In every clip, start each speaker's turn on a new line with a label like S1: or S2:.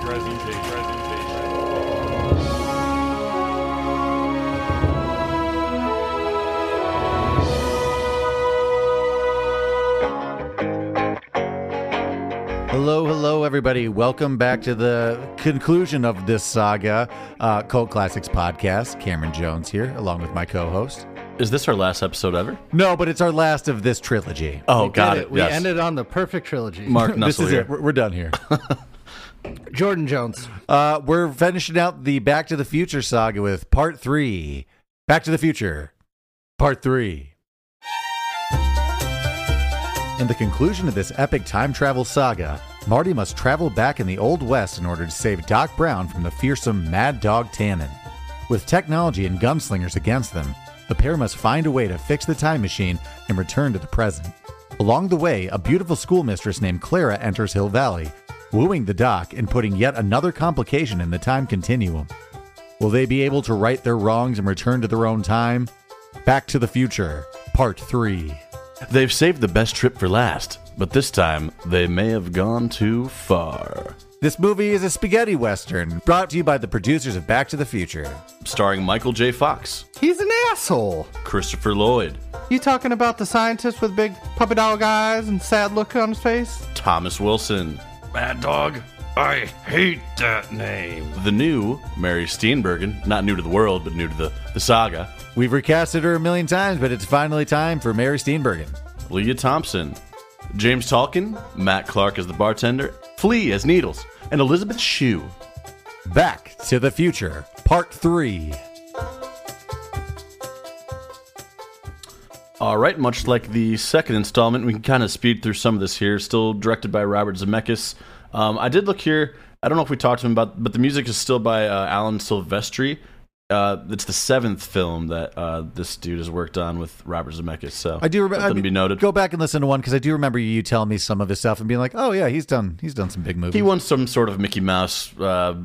S1: presentation.
S2: Hello, hello, everybody. Welcome back to the conclusion of this saga, uh, Cult Classics Podcast. Cameron Jones here, along with my co host.
S3: Is this our last episode ever?
S2: No, but it's our last of this trilogy.
S3: Oh, got
S4: Did
S3: it.
S4: it. We
S3: yes.
S4: ended on the perfect trilogy.
S3: Mark
S2: this
S3: Nussel
S2: is
S3: here.
S2: it. We're we're done here.
S4: Jordan Jones.
S2: Uh, we're finishing out the Back to the Future saga with part three. Back to the Future, part three. In the conclusion of this epic time travel saga, Marty must travel back in the Old West in order to save Doc Brown from the fearsome Mad Dog Tannen. With technology and gunslingers against them, the pair must find a way to fix the time machine and return to the present. Along the way, a beautiful schoolmistress named Clara enters Hill Valley, wooing the Doc and putting yet another complication in the time continuum. Will they be able to right their wrongs and return to their own time? Back to the Future, Part 3.
S3: They've saved the best trip for last, but this time they may have gone too far.
S2: This movie is a spaghetti western brought to you by the producers of Back to the Future.
S3: Starring Michael J. Fox,
S4: He's an asshole.
S3: Christopher Lloyd,
S4: You talking about the scientist with big puppy dog eyes and sad look on his face?
S3: Thomas Wilson,
S1: Mad Dog? I hate that name.
S3: the new Mary Steenburgen, not new to the world, but new to the, the saga,
S2: We've recasted her a million times, but it's finally time for Mary Steenburgen.
S3: Leah Thompson, James Talkin, Matt Clark as the bartender, Flea as Needles, and Elizabeth Shue.
S2: Back to the Future, Part 3.
S3: All right, much like the second installment, we can kind of speed through some of this here. Still directed by Robert Zemeckis. Um, I did look here. I don't know if we talked to him about, but the music is still by uh, Alan Silvestri. Uh, it's the seventh film that uh, this dude has worked on with Robert Zemeckis. So
S2: I do
S3: let
S2: remember.
S3: them be noted.
S2: Go back and listen to one because I do remember you telling me some of his stuff and being like, "Oh yeah, he's done. He's done some big movies."
S3: He won some sort of Mickey Mouse uh,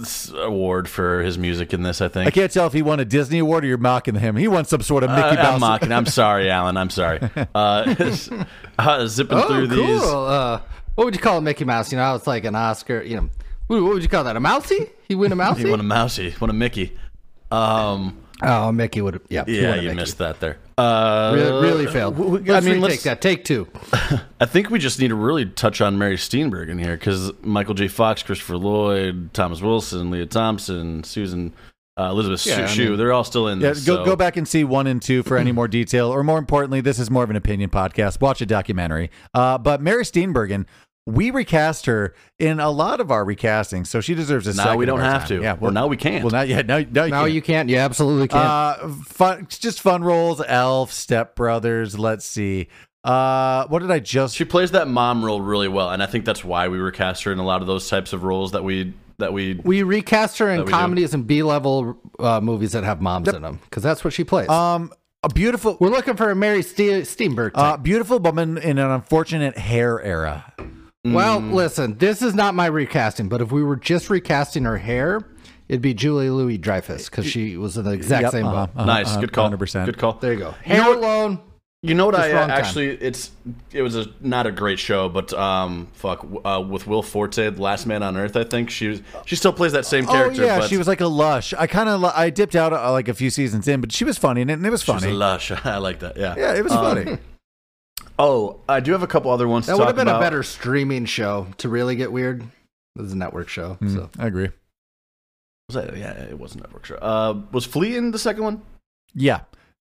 S3: s- award for his music in this. I think.
S2: I can't tell if he won a Disney award or you're mocking him. He won some sort of Mickey
S3: I- Uh, I'm
S2: Mouse.
S3: mocking. I'm sorry, Alan. I'm sorry. Uh, uh, zipping
S4: Oh,
S3: through
S4: cool.
S3: these.
S4: Uh, what would you call a Mickey Mouse? You know, it's like an Oscar. You know, what what would you call that? A mousey? He win a mousey?
S3: He won a Mousy. Won a Mickey. Um,
S4: oh, Mickey would. Yeah, he
S3: Yeah,
S4: won a
S3: you
S4: Mickey.
S3: missed that there. Uh,
S4: Really, really failed.
S3: w- w- I
S4: Let's
S3: mean,
S4: retake
S3: let's-
S4: that. Take two.
S3: I think we just need to really touch on Mary Steenburgen in here because Michael J. Fox, Christopher Lloyd, Thomas Wilson, Leah Thompson, Susan, uh, Elizabeth
S4: Yeah, I
S3: Shue,
S4: mean-
S3: they're all still in
S2: Yeah, go
S3: this. so-
S2: go back and see one and two for any more detail, or more importantly, this is more of an opinion podcast. Watch a documentary. Uh, but Mary Steenburgen, we recast her in a lot of our recastings, so she deserves a
S3: Now
S2: second
S3: we
S2: of
S3: don't
S2: our
S3: have
S2: time.
S3: to.
S2: Yeah,
S3: Or now we can't.
S2: Well, not yet. Now, now you
S4: Now
S2: can.
S4: you can't. You absolutely can't.
S2: Uh, fun, just fun roles. Elf, Step Brothers. Let's see. Uh, what did I just?
S3: she plays that mom role really well, and I think that's why we recast her in a lot of those types of roles that we that we.
S4: we recast her in
S3: we do.
S4: comedies and B-level uh, movies that have moms in 'em, 'cause in them because that's what she plays.
S3: Uh,
S2: Um, a beautiful,
S4: We're looking for a Mary Ste- Steenburgen.
S2: uh, beautiful woman in an unfortunate hair era.
S4: Well, listen, this is not my recasting, but if we were just recasting her hair, it'd be Julie Louis Dreyfus because she was in the exact same
S2: Uh-huh.
S4: boat.
S3: nice, good call.
S2: 100%.
S3: Good call.
S4: There you go. Hair alone.
S3: You know what
S4: Just
S3: I
S4: wrong time.
S3: actually it's it was a not a great show, but um fuck uh, with Will Forte, The Last Man on Earth, I think she was she still plays that same character.
S2: oh yeah,
S3: but
S2: she was like a lush. I kind of li- I dipped out uh, like a few seasons in, but she was funny in it, and it was
S3: she was
S2: funny.
S3: a lush. I like that. Yeah.
S2: yeah, it was
S3: Um,
S2: funny.
S3: Oh, I do have a couple other ones.
S4: That
S3: to
S4: would
S3: talk
S4: have been
S3: about.
S4: a better streaming show to really get weird. This is a network show, so
S2: Mm-hmm. I agree.
S3: Was that- yeah, it wasn't network show. Uh, was Flea in the second one?
S2: Yeah,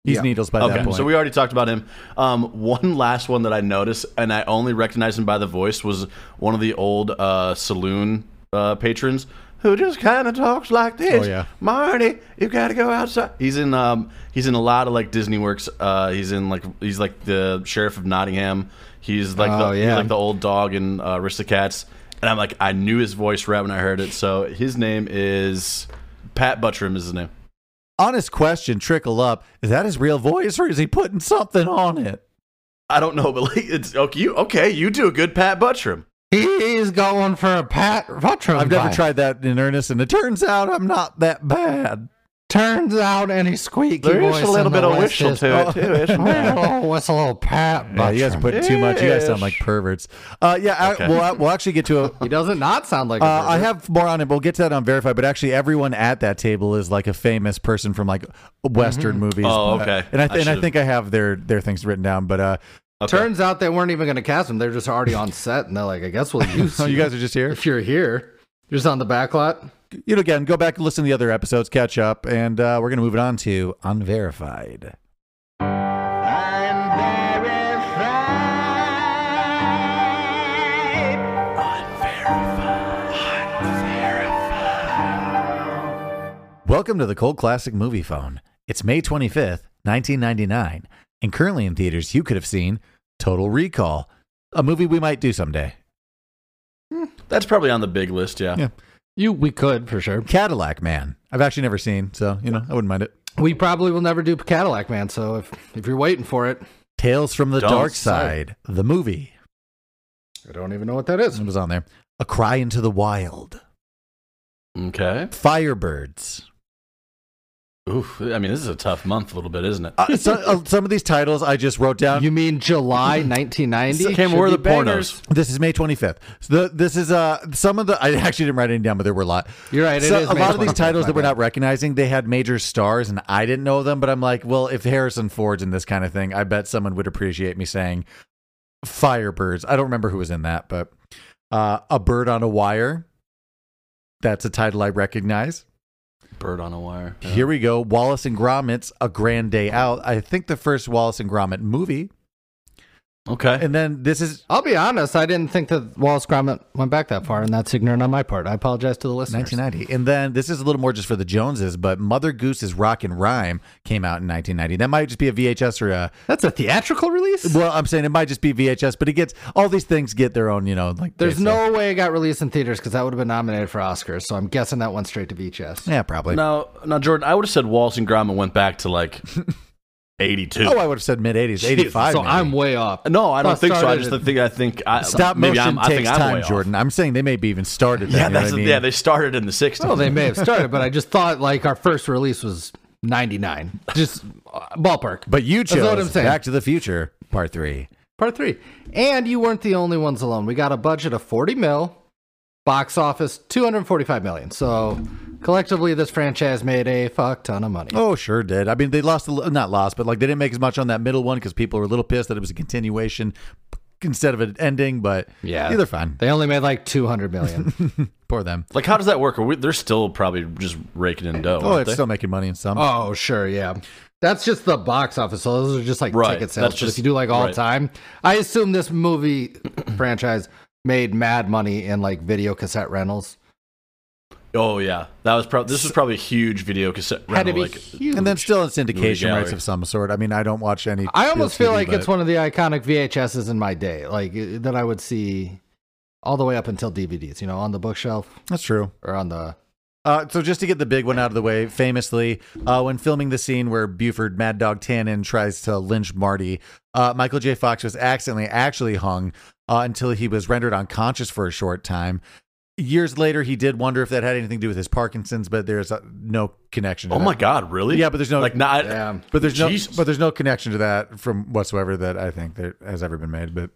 S2: he's
S4: Yeah.
S2: needles by that
S3: Okay,
S2: point.
S3: so we already talked about him. Um, one last one that I noticed, and I only recognized him by the voice, was one of the old uh, saloon uh, patrons who just kind of talks like this.
S2: Oh, yeah.
S3: Marty, you got to go outside. He's in um, he's in a lot of like Disney works. Uh, he's in like he's like the sheriff of Nottingham. He's like
S4: Oh,
S3: the
S4: yeah.
S3: he's like the old dog in uh, Aristocats. And I'm like, I knew his voice right when I heard it. So his name is Pat Buttram is his name.
S2: Honest question, trickle up. Is that his real voice, or is he putting something on it?
S3: I don't know, but like it's okay. You, okay, you do a good Pat Buttram.
S4: he's going for a Pat Vatron.
S2: I've never
S4: vibe.
S2: tried that in earnest, and it turns out I'm not that bad.
S4: Turns out any squeaky
S3: There
S4: voice
S3: is a little
S4: in the
S3: bit of
S4: West
S3: whistle
S4: is-
S3: to it, too, isn't there?
S4: Oh, whistle, little Pat.
S2: Yeah, you guys
S4: Buttram.
S2: put too much. You guys sound
S3: Ish.
S2: like perverts. Uh, yeah, I,
S3: Okay.
S2: we'll, we'll actually get to a.
S4: He doesn't not sound like. a
S2: Uh, I
S4: pervert.
S2: have more on it. We'll get to that on Verified, but actually, everyone at that table is like a famous person from like Western movies.
S3: Oh,
S2: But-
S3: okay.
S2: And Mm-hmm. I,
S3: I
S2: th- and I
S3: should've-
S2: think I have their their things written down. But uh,
S3: Okay.
S4: Turns out they weren't even going to cast him. They're just already on set, and they're like, "I guess we'll use
S2: so Oh, you guys are just here.
S4: if you're here. You're just on the back lot."
S2: You know, again, go back and listen to the other episodes, catch up, and uh, we're gonna move it on to Unverified. Welcome to the Cold Classic Movie Phone. It's May 25th, 1999, and currently in theaters you could have seen Total Recall, a movie we might do someday.
S3: That's probably on the big list, yeah.
S2: Yeah.
S4: You, we could for sure.
S2: Cadillac Man. I've actually never seen, so, you know, I wouldn't mind it.
S4: We probably will never do Cadillac Man. So if if you're waiting for it,
S2: Tales from the
S3: Don't
S2: Dark
S3: say.
S2: Side, the movie.
S4: I don't even know what that is.
S2: It was on there. A Cry into the Wild.
S3: Okay.
S2: Firebirds.
S3: Oof. I mean, this is a tough month, a little bit, isn't it?
S2: Uh, so, uh, some of these titles I just wrote down.
S4: You mean July 1990?
S3: Came
S4: Should
S3: where
S4: be
S3: the
S4: bangers.
S3: pornos.
S2: this is May 25th. So the, this is uh some of the I actually didn't write any down, but there were a lot.
S4: You're right, it
S2: So
S4: is
S2: a
S4: May
S2: lot of these
S4: 25th,
S2: titles
S4: my
S2: that we're
S4: bad.
S2: not recognizing, they had major stars, and I didn't know them. But I'm like, well, if Harrison Ford's in this kind of thing, I bet someone would appreciate me saying Firebirds. I don't remember who was in that, but uh, a bird on a wire. That's a title I recognize.
S3: Bird on a wire. Yeah.
S2: Here we go. Wallace and Gromit's A Grand Day Out. I think the first Wallace and Gromit movie.
S3: Okay.
S2: And then this is
S4: I'll be honest. I didn't think that Wallace Gromit went back that far, and that's ignorant on my part. I apologize to the listeners.
S2: 1990. And then this is a little more just for the Joneses, but Mother Goose's Rock and Rhyme came out in 1990. That might just be a VHS or a.
S4: That's a theatrical release.
S2: Well, I'm saying it might just be VHS, but it gets all these things get their own, you know, like they
S4: There's
S2: say.
S4: no way it got released in theaters because that would have been nominated for Oscars. So I'm guessing that went straight to VHS.
S2: Yeah, probably.
S3: Now, now, Jordan, I would have said Wallace and Gromit went back to like 82.
S2: Oh, I would have said mid 80s, 85.
S4: So
S2: maybe.
S4: I'm way off.
S2: Oh.
S3: no, I
S4: Well,
S3: don't think so. I
S4: started
S3: just
S4: at-
S3: think I think I,
S2: Stop
S3: maybe
S2: motion
S3: I'm, I think
S2: takes
S3: I'm way
S2: time,
S3: off.
S2: Jordan. I'm saying they maybe even started. That,
S3: Yeah,
S2: you know
S3: that's
S2: what I mean?
S3: yeah. They started in the 60s.
S4: Well, they may have started, but I just thought like our first release was 99. Just uh, ballpark.
S2: But you
S4: That's what I'm
S2: chose
S4: saying.
S2: Back to the Future Part Three.
S4: Part three. And you weren't the only ones alone. We got a budget of 40 mil, box office 245 million. So collectively, this franchise made a fuck ton of money.
S2: Oh, sure did. I mean, they lost, a, li- not lost, but like they didn't make as much on that middle one because people were a little pissed that it was a continuation instead of an ending. But
S4: Yeah.
S2: either fine.
S4: They only made like 200 million.
S2: Poor them.
S3: like, how does that work? Are we, they're still probably just raking in dough.
S2: Oh,
S3: aren't
S2: it's
S3: they?
S2: still making money in some.
S4: oh, sure. Yeah. That's just the box office. So those are just like
S3: Right,
S4: ticket sales.
S3: that's
S4: But if
S3: just-
S4: you do like all
S3: right.
S4: time, I assume this movie franchise made mad money in like video cassette rentals.
S3: Oh yeah, that was probably this was probably a huge video cassette
S4: Had to
S3: rental.
S4: be
S3: Like,
S4: huge.
S2: and then still it's
S3: Movie
S2: syndication
S3: gallery.
S2: rights of some sort. I mean, I don't watch any.
S4: I almost feel
S2: TV,
S4: like
S2: but-
S4: it's one of the iconic VHSs in my day, like uh, that I would see all the way up until DVDs, you know, on the bookshelf
S2: That's true.
S4: or on the.
S2: Uh, so just to get the big one out of the way, famously, uh, when filming the scene where Buford Mad Dog Tannen tries to lynch Marty, uh, Michael J. Fox was accidentally actually hung uh, until he was rendered unconscious for a short time. Years later, he did wonder if that had anything to do with his Parkinson's, but there's uh, no connection. To
S3: oh
S2: that.
S3: my god, really?
S2: Yeah, but there's no-
S3: like not.
S4: Damn.
S2: But there's
S3: Jesus.
S2: no, but there's no connection to that from whatsoever that I think that has ever been made. But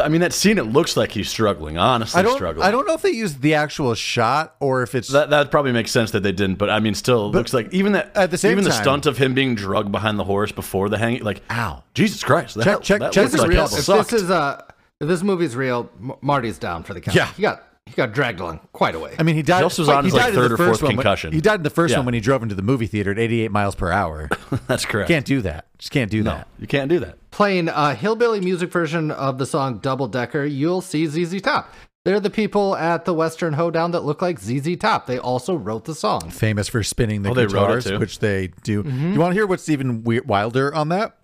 S3: I mean, that scene. It looks like he's struggling. Honestly,
S2: I don't,
S3: struggling.
S2: I don't know if they used the actual shot or if it's
S3: That, that probably makes sense that they didn't, but I mean, still looks like even that
S2: at the same
S3: even the
S2: time-
S3: stunt of him being drugged behind the horse before the hanging, like
S2: ow.
S3: Jesus Christ, that,
S2: Check- check-
S3: that
S2: check
S3: looks
S2: this
S3: like
S2: real-
S3: it
S2: if this
S4: This
S3: sucked.
S4: is uh, if this movie's real. M- Marty's down for the count.
S2: Yeah.
S4: he got he got dragged along quite a way.
S2: I mean, he died.
S3: He also was on his,
S2: died
S3: like,
S2: in the
S3: third or
S2: first
S3: fourth
S2: one when-
S3: concussion.
S2: he died in the first
S3: Yeah.
S2: one when he drove into the movie theater at 88 miles per hour.
S3: That's correct.
S2: Can't do that. Just can't do
S3: no,
S2: that.
S3: you can't do that.
S4: Playing a hillbilly music version of the song "Double Decker," you'll see ZZ Top. They're the people at the Western Hoedown that look like ZZ Top. They also wrote the song.
S2: Famous for spinning the
S3: Oh, they wrote it,
S2: guitars,
S3: too.
S2: which they do. You want to hear what's even we- wilder on that?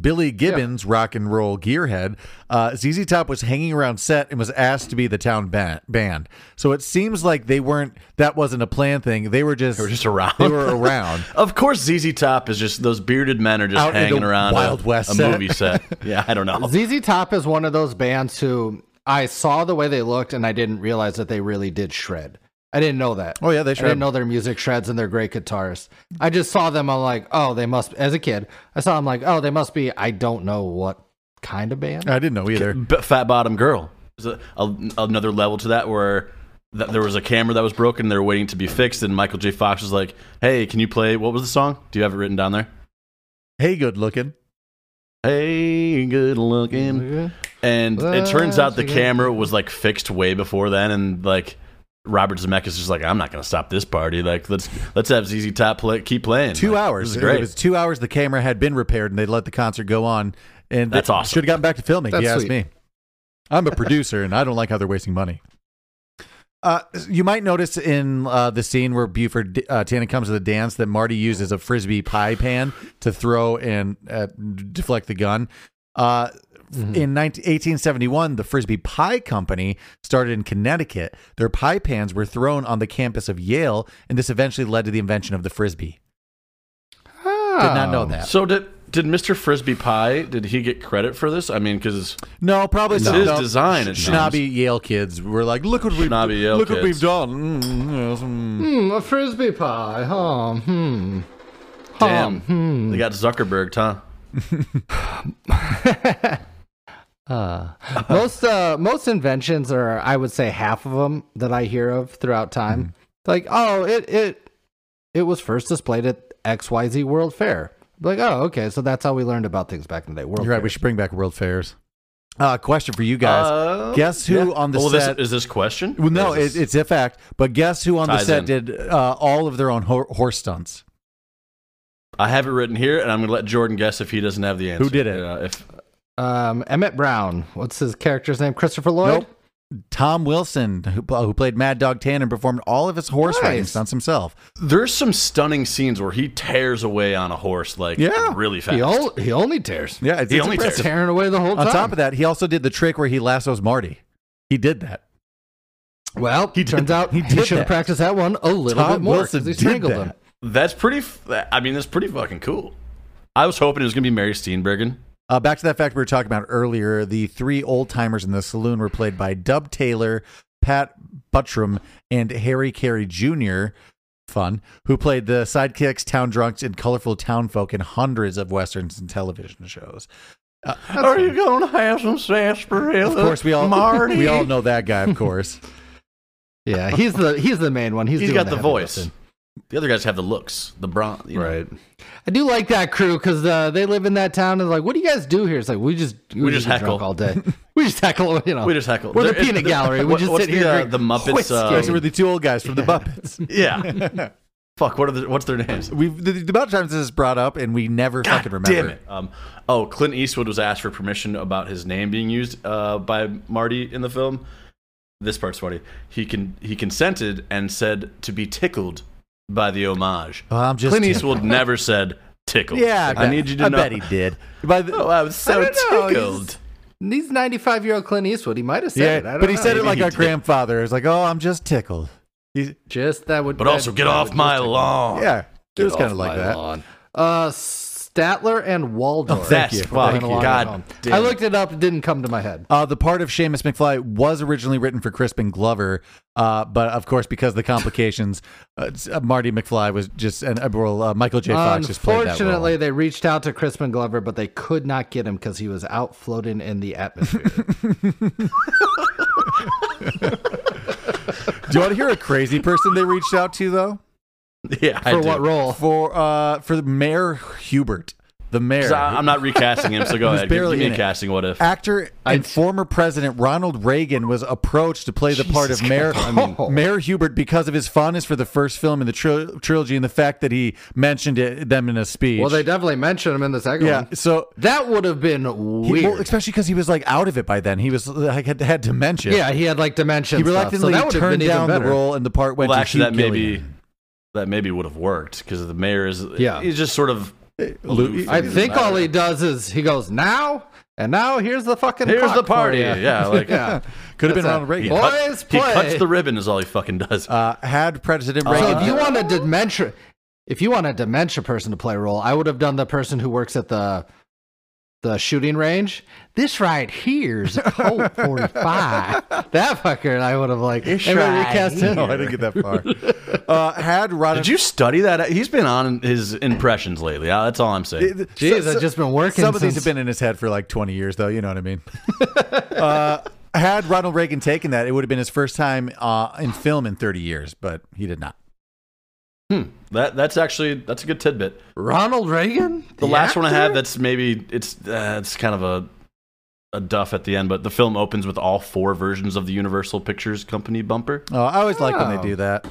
S2: Billy Gibbons, rock and roll gearhead, uh, ZZ Top was hanging around set and was asked to be the town ba- band. So it seems like they weren't. That wasn't a planned thing. They were just. They
S3: were just around.
S2: They were around.
S3: Of course, ZZ Top is just those bearded men are just
S2: Out in
S3: hanging
S2: the
S3: around
S2: Wild
S3: a,
S2: West
S3: a
S2: set.
S3: movie set. Yeah, I don't know.
S4: ZZ Top is one of those bands who I saw the way they looked and I didn't realize that they really did shred. I didn't know that.
S2: Oh yeah, they
S4: I
S2: shred.
S4: didn't know their music shreds and they're great guitarists. I just saw them. I'm like, oh, they must. As a kid, I saw them like, oh, they must be. I don't know what kind of band.
S2: I didn't know either.
S3: B- fat bottom girl. There's a, a, another level to that where th- there was a camera that was broken. They were waiting to be fixed, and Michael J. Fox was like, "Hey, can you play? What was the song? Do you have it written down there?
S2: Hey, good looking.
S3: Hey, good looking."
S4: Hmm,
S3: And it turns out the camera was like fixed way before then, and like Robert Zemeckis is just like, "I'm not gonna stop this party. Like, let's let's have ZZ Top play, keep playing."
S2: Two
S3: Like,
S2: hours.
S3: This is great.
S2: It was two hours. The camera had been repaired, and they let the concert go on. And
S3: That's
S2: they
S3: awesome.
S2: Should have gotten back to filming. if
S4: That's
S2: you ask
S4: sweet.
S2: me. I'm a producer, and I don't like how they're wasting money. Uh, you might notice in uh, the scene where Buford uh, Tannen comes to the dance that Marty uses a frisbee pie pan to throw and uh, deflect the gun. Uh, In 19, 1871, the Frisbee Pie Company started in Connecticut. Their pie pans were thrown on the campus of Yale, and this eventually led to the invention of the Frisbee. Did not know that.
S3: So did did Mr. Frisbee Pie? Did he get credit for this? I mean, because
S2: No, probably
S3: It's
S2: not.
S3: his
S2: No.
S3: design, it
S2: Sh-
S3: sounds.
S2: Snobby Yale kids were like, look what we've
S3: Snobby Yale
S2: look what we've
S3: kids.
S2: done. Mm, yes, mm.
S4: Hmm, a frisbee pie. Huh. Hmm.
S3: damn, they got Zuckerberg, huh?
S4: Uh, most uh, most inventions are, I would say, half of them that I hear of throughout time.
S2: Mm-hmm.
S4: Like, oh, it it it was first displayed at X Y Z World Fair. Like, oh, okay, so that's how we learned about things back in the day. World
S2: You're right.
S4: Fair.
S2: We should bring back World Fairs. Uh, question for you guys.
S3: Uh,
S2: guess who on the
S3: well,
S2: set?
S3: This, is this question?
S2: well, no,
S3: Or is
S2: it, it's
S3: this-
S2: a fact. But guess who on the
S3: Ties
S2: set
S3: in.
S2: did uh, all of their own ho- horse stunts?
S3: I have it written here, and I'm going to let Jordan guess if he doesn't have the answer.
S2: did it?
S3: Uh, if
S4: Um, Emmett Brown. What's his character's name? Christopher Lloyd.
S2: Nope. Tom Wilson, who, uh, who played Mad Dog Tannen, performed all of his horse riding
S4: Nice.
S2: stunts himself.
S3: there's some stunning scenes where he tears away on a horse, like
S2: Yeah.
S3: really fast.
S4: He, ol- he only tears.
S2: Yeah, it's,
S3: He
S2: it's
S3: only
S2: impressive.
S4: Tearing away the whole
S2: On
S4: time.
S2: top of that, he also did the trick where he lassos Marty. He did that.
S4: well, he turns out he,
S2: did
S4: should
S2: that.
S4: have practiced that one a little
S2: Tom
S4: bit more.
S2: Wilson
S4: 'cause he
S2: did
S4: strangled
S2: that.
S4: him.
S3: that's pretty. F- I mean, that's pretty fucking cool. I was hoping it was going to be Mary Steenburgen.
S2: Uh, back to that fact we were talking about earlier. The three old timers in the saloon were played by Dub Taylor, Pat Buttram, and Harry Carey Jr. Fun, who played the sidekicks, town drunks, and colorful townfolk in hundreds of westerns and television shows.
S3: Are you going to have some sarsaparilla?
S2: Of course, we all
S3: Marty.
S2: we all know that guy. Of course,
S4: Yeah, he's the he's the main one. He's
S3: He's
S4: doing
S3: got the
S4: heavy
S3: voice.
S4: lifting.
S3: The other guys have the looks, the bron. you know.
S4: I do like that crew because uh, they live in that town and like, what do you guys do here? It's like we just we,
S3: just
S4: get
S3: heckle.
S4: drunk all day. we just heckle. You know,
S3: We just heckle.
S4: We're the
S3: There-
S4: peanut
S3: there-
S4: gallery. We
S3: what-
S4: just
S3: what's
S4: sit here.
S3: the,
S4: and
S3: uh,
S4: drink
S3: the Muppets,
S4: whiskey.
S3: uh,
S2: those were the two old guys from the Muppets.
S3: Yeah. Fuck. What are the, what's their names?
S2: We've the, the amount of times this is brought up, and we never fucking remember.
S3: Damn it. Um, oh, Clint Eastwood was asked for permission about his name being used uh, by Marty in the film. This part's funny. He can he consented and said to be tickled by the homage.
S2: Well, I'm just
S3: Clint Eastwood never said tickled.
S2: Yeah,
S3: I,
S2: bet-
S3: need you to
S2: I
S3: know.
S2: bet he did. By the,
S3: Oh, I was so
S4: I don't know,
S3: tickled.
S4: He's ninety five year old Clint Eastwood. He might have said
S2: yeah,
S4: it. I don't
S2: but he
S4: know.
S2: said it
S3: Maybe
S2: like
S3: he
S2: our
S3: did.
S2: grandfather. It's like, oh, I'm just tickled.
S4: just that would.
S3: But
S4: that-
S3: also get
S4: that
S3: off
S4: would
S3: my
S4: just-
S3: lawn.
S2: Yeah, it was
S4: off
S2: kind of like
S4: my
S2: that.
S4: lawn. Uh, Statler and Waldorf.
S3: Oh, thank you.
S4: for going
S3: Thank you.
S4: along
S3: God
S4: at home.
S3: damn
S4: I
S3: it.
S4: looked it up. It didn't come to my head.
S2: Uh, the part of Seamus McFly was originally written for Crispin Glover, uh, but of course, because of the complications, uh, it's- uh, Marty McFly was just, and uh, well, uh, Michael J. Fox just played that
S4: Unfortunately,
S2: role.
S4: they reached out to Crispin Glover, but they could not get him because he was out floating in the atmosphere.
S2: Do you want to hear a crazy person they reached out to, though?
S3: Yeah. I
S4: For
S3: do.
S4: what role?
S2: For uh, for Mayor Hubert, the mayor.
S3: So I- I'm not recasting him, so go
S2: He's
S3: ahead. Give,
S2: barely
S3: give me
S2: in
S3: a
S2: it.
S3: casting what if.
S2: Actor and former President Ronald Reagan was approached to play the part of Mayor Mayor Hubert because of his fondness for the first film in the tril trilogy and the fact that he mentioned it, them in a speech.
S4: Well, they definitely mentioned him in the second
S2: yeah.
S4: one.
S2: So
S4: That would have been
S2: he-
S4: weird.
S2: well, especially because he was like out of it by then. He was like had, had dementia.
S4: yeah, he had like dementia.
S2: He
S4: and stuff,
S2: reluctantly
S4: so that would have
S2: turned
S4: been even
S2: down the
S4: better.
S2: role, and the part went
S3: Well,
S2: to
S3: actually,
S2: Hugh
S3: that maybe
S2: Gillian.
S3: that maybe would have worked because the mayor is
S4: Yeah.
S3: he's just sort of
S2: Lou-
S4: I think all he does is he goes now, and now here's the fucking
S3: here's
S4: cock
S3: the
S4: for
S3: party.
S4: ya."
S3: Yeah, like
S4: yeah.
S2: could have been
S4: That's
S2: Ronald
S4: a-
S2: Reagan.
S4: Boy-
S3: cut-
S4: Boys
S3: he
S4: play.
S3: cuts the ribbon is all he fucking does.
S2: Uh, had President Reagan.
S4: So if you want a dementia, if you want a dementia person to play a role, I would have done the person who works at the the shooting range. This right here's a Colt 45. that fucker, I would have like.
S2: This
S4: and we
S2: right
S4: recast him.
S2: No, I didn't get that far. uh, had Rodden.
S3: Did you study that? He's been on his impressions lately. Uh, That's all I'm saying.
S4: Jeez, I've just been working
S2: Some of these have
S4: since-
S2: been in his head for like 20 years, though. You know what I mean? uh, had Ronald Reagan taken that, it would have been his first time uh, in film in 30 years, but he did not.
S3: That that's actually that's a good tidbit.
S4: Ronald Reagan?
S3: The last one I
S4: actor?
S3: had that's maybe it's uh, it's kind of a a duff at the end, but the film opens with all four versions of the Universal Pictures Company bumper.
S2: Oh, I always like when
S4: Oh.
S2: they do that.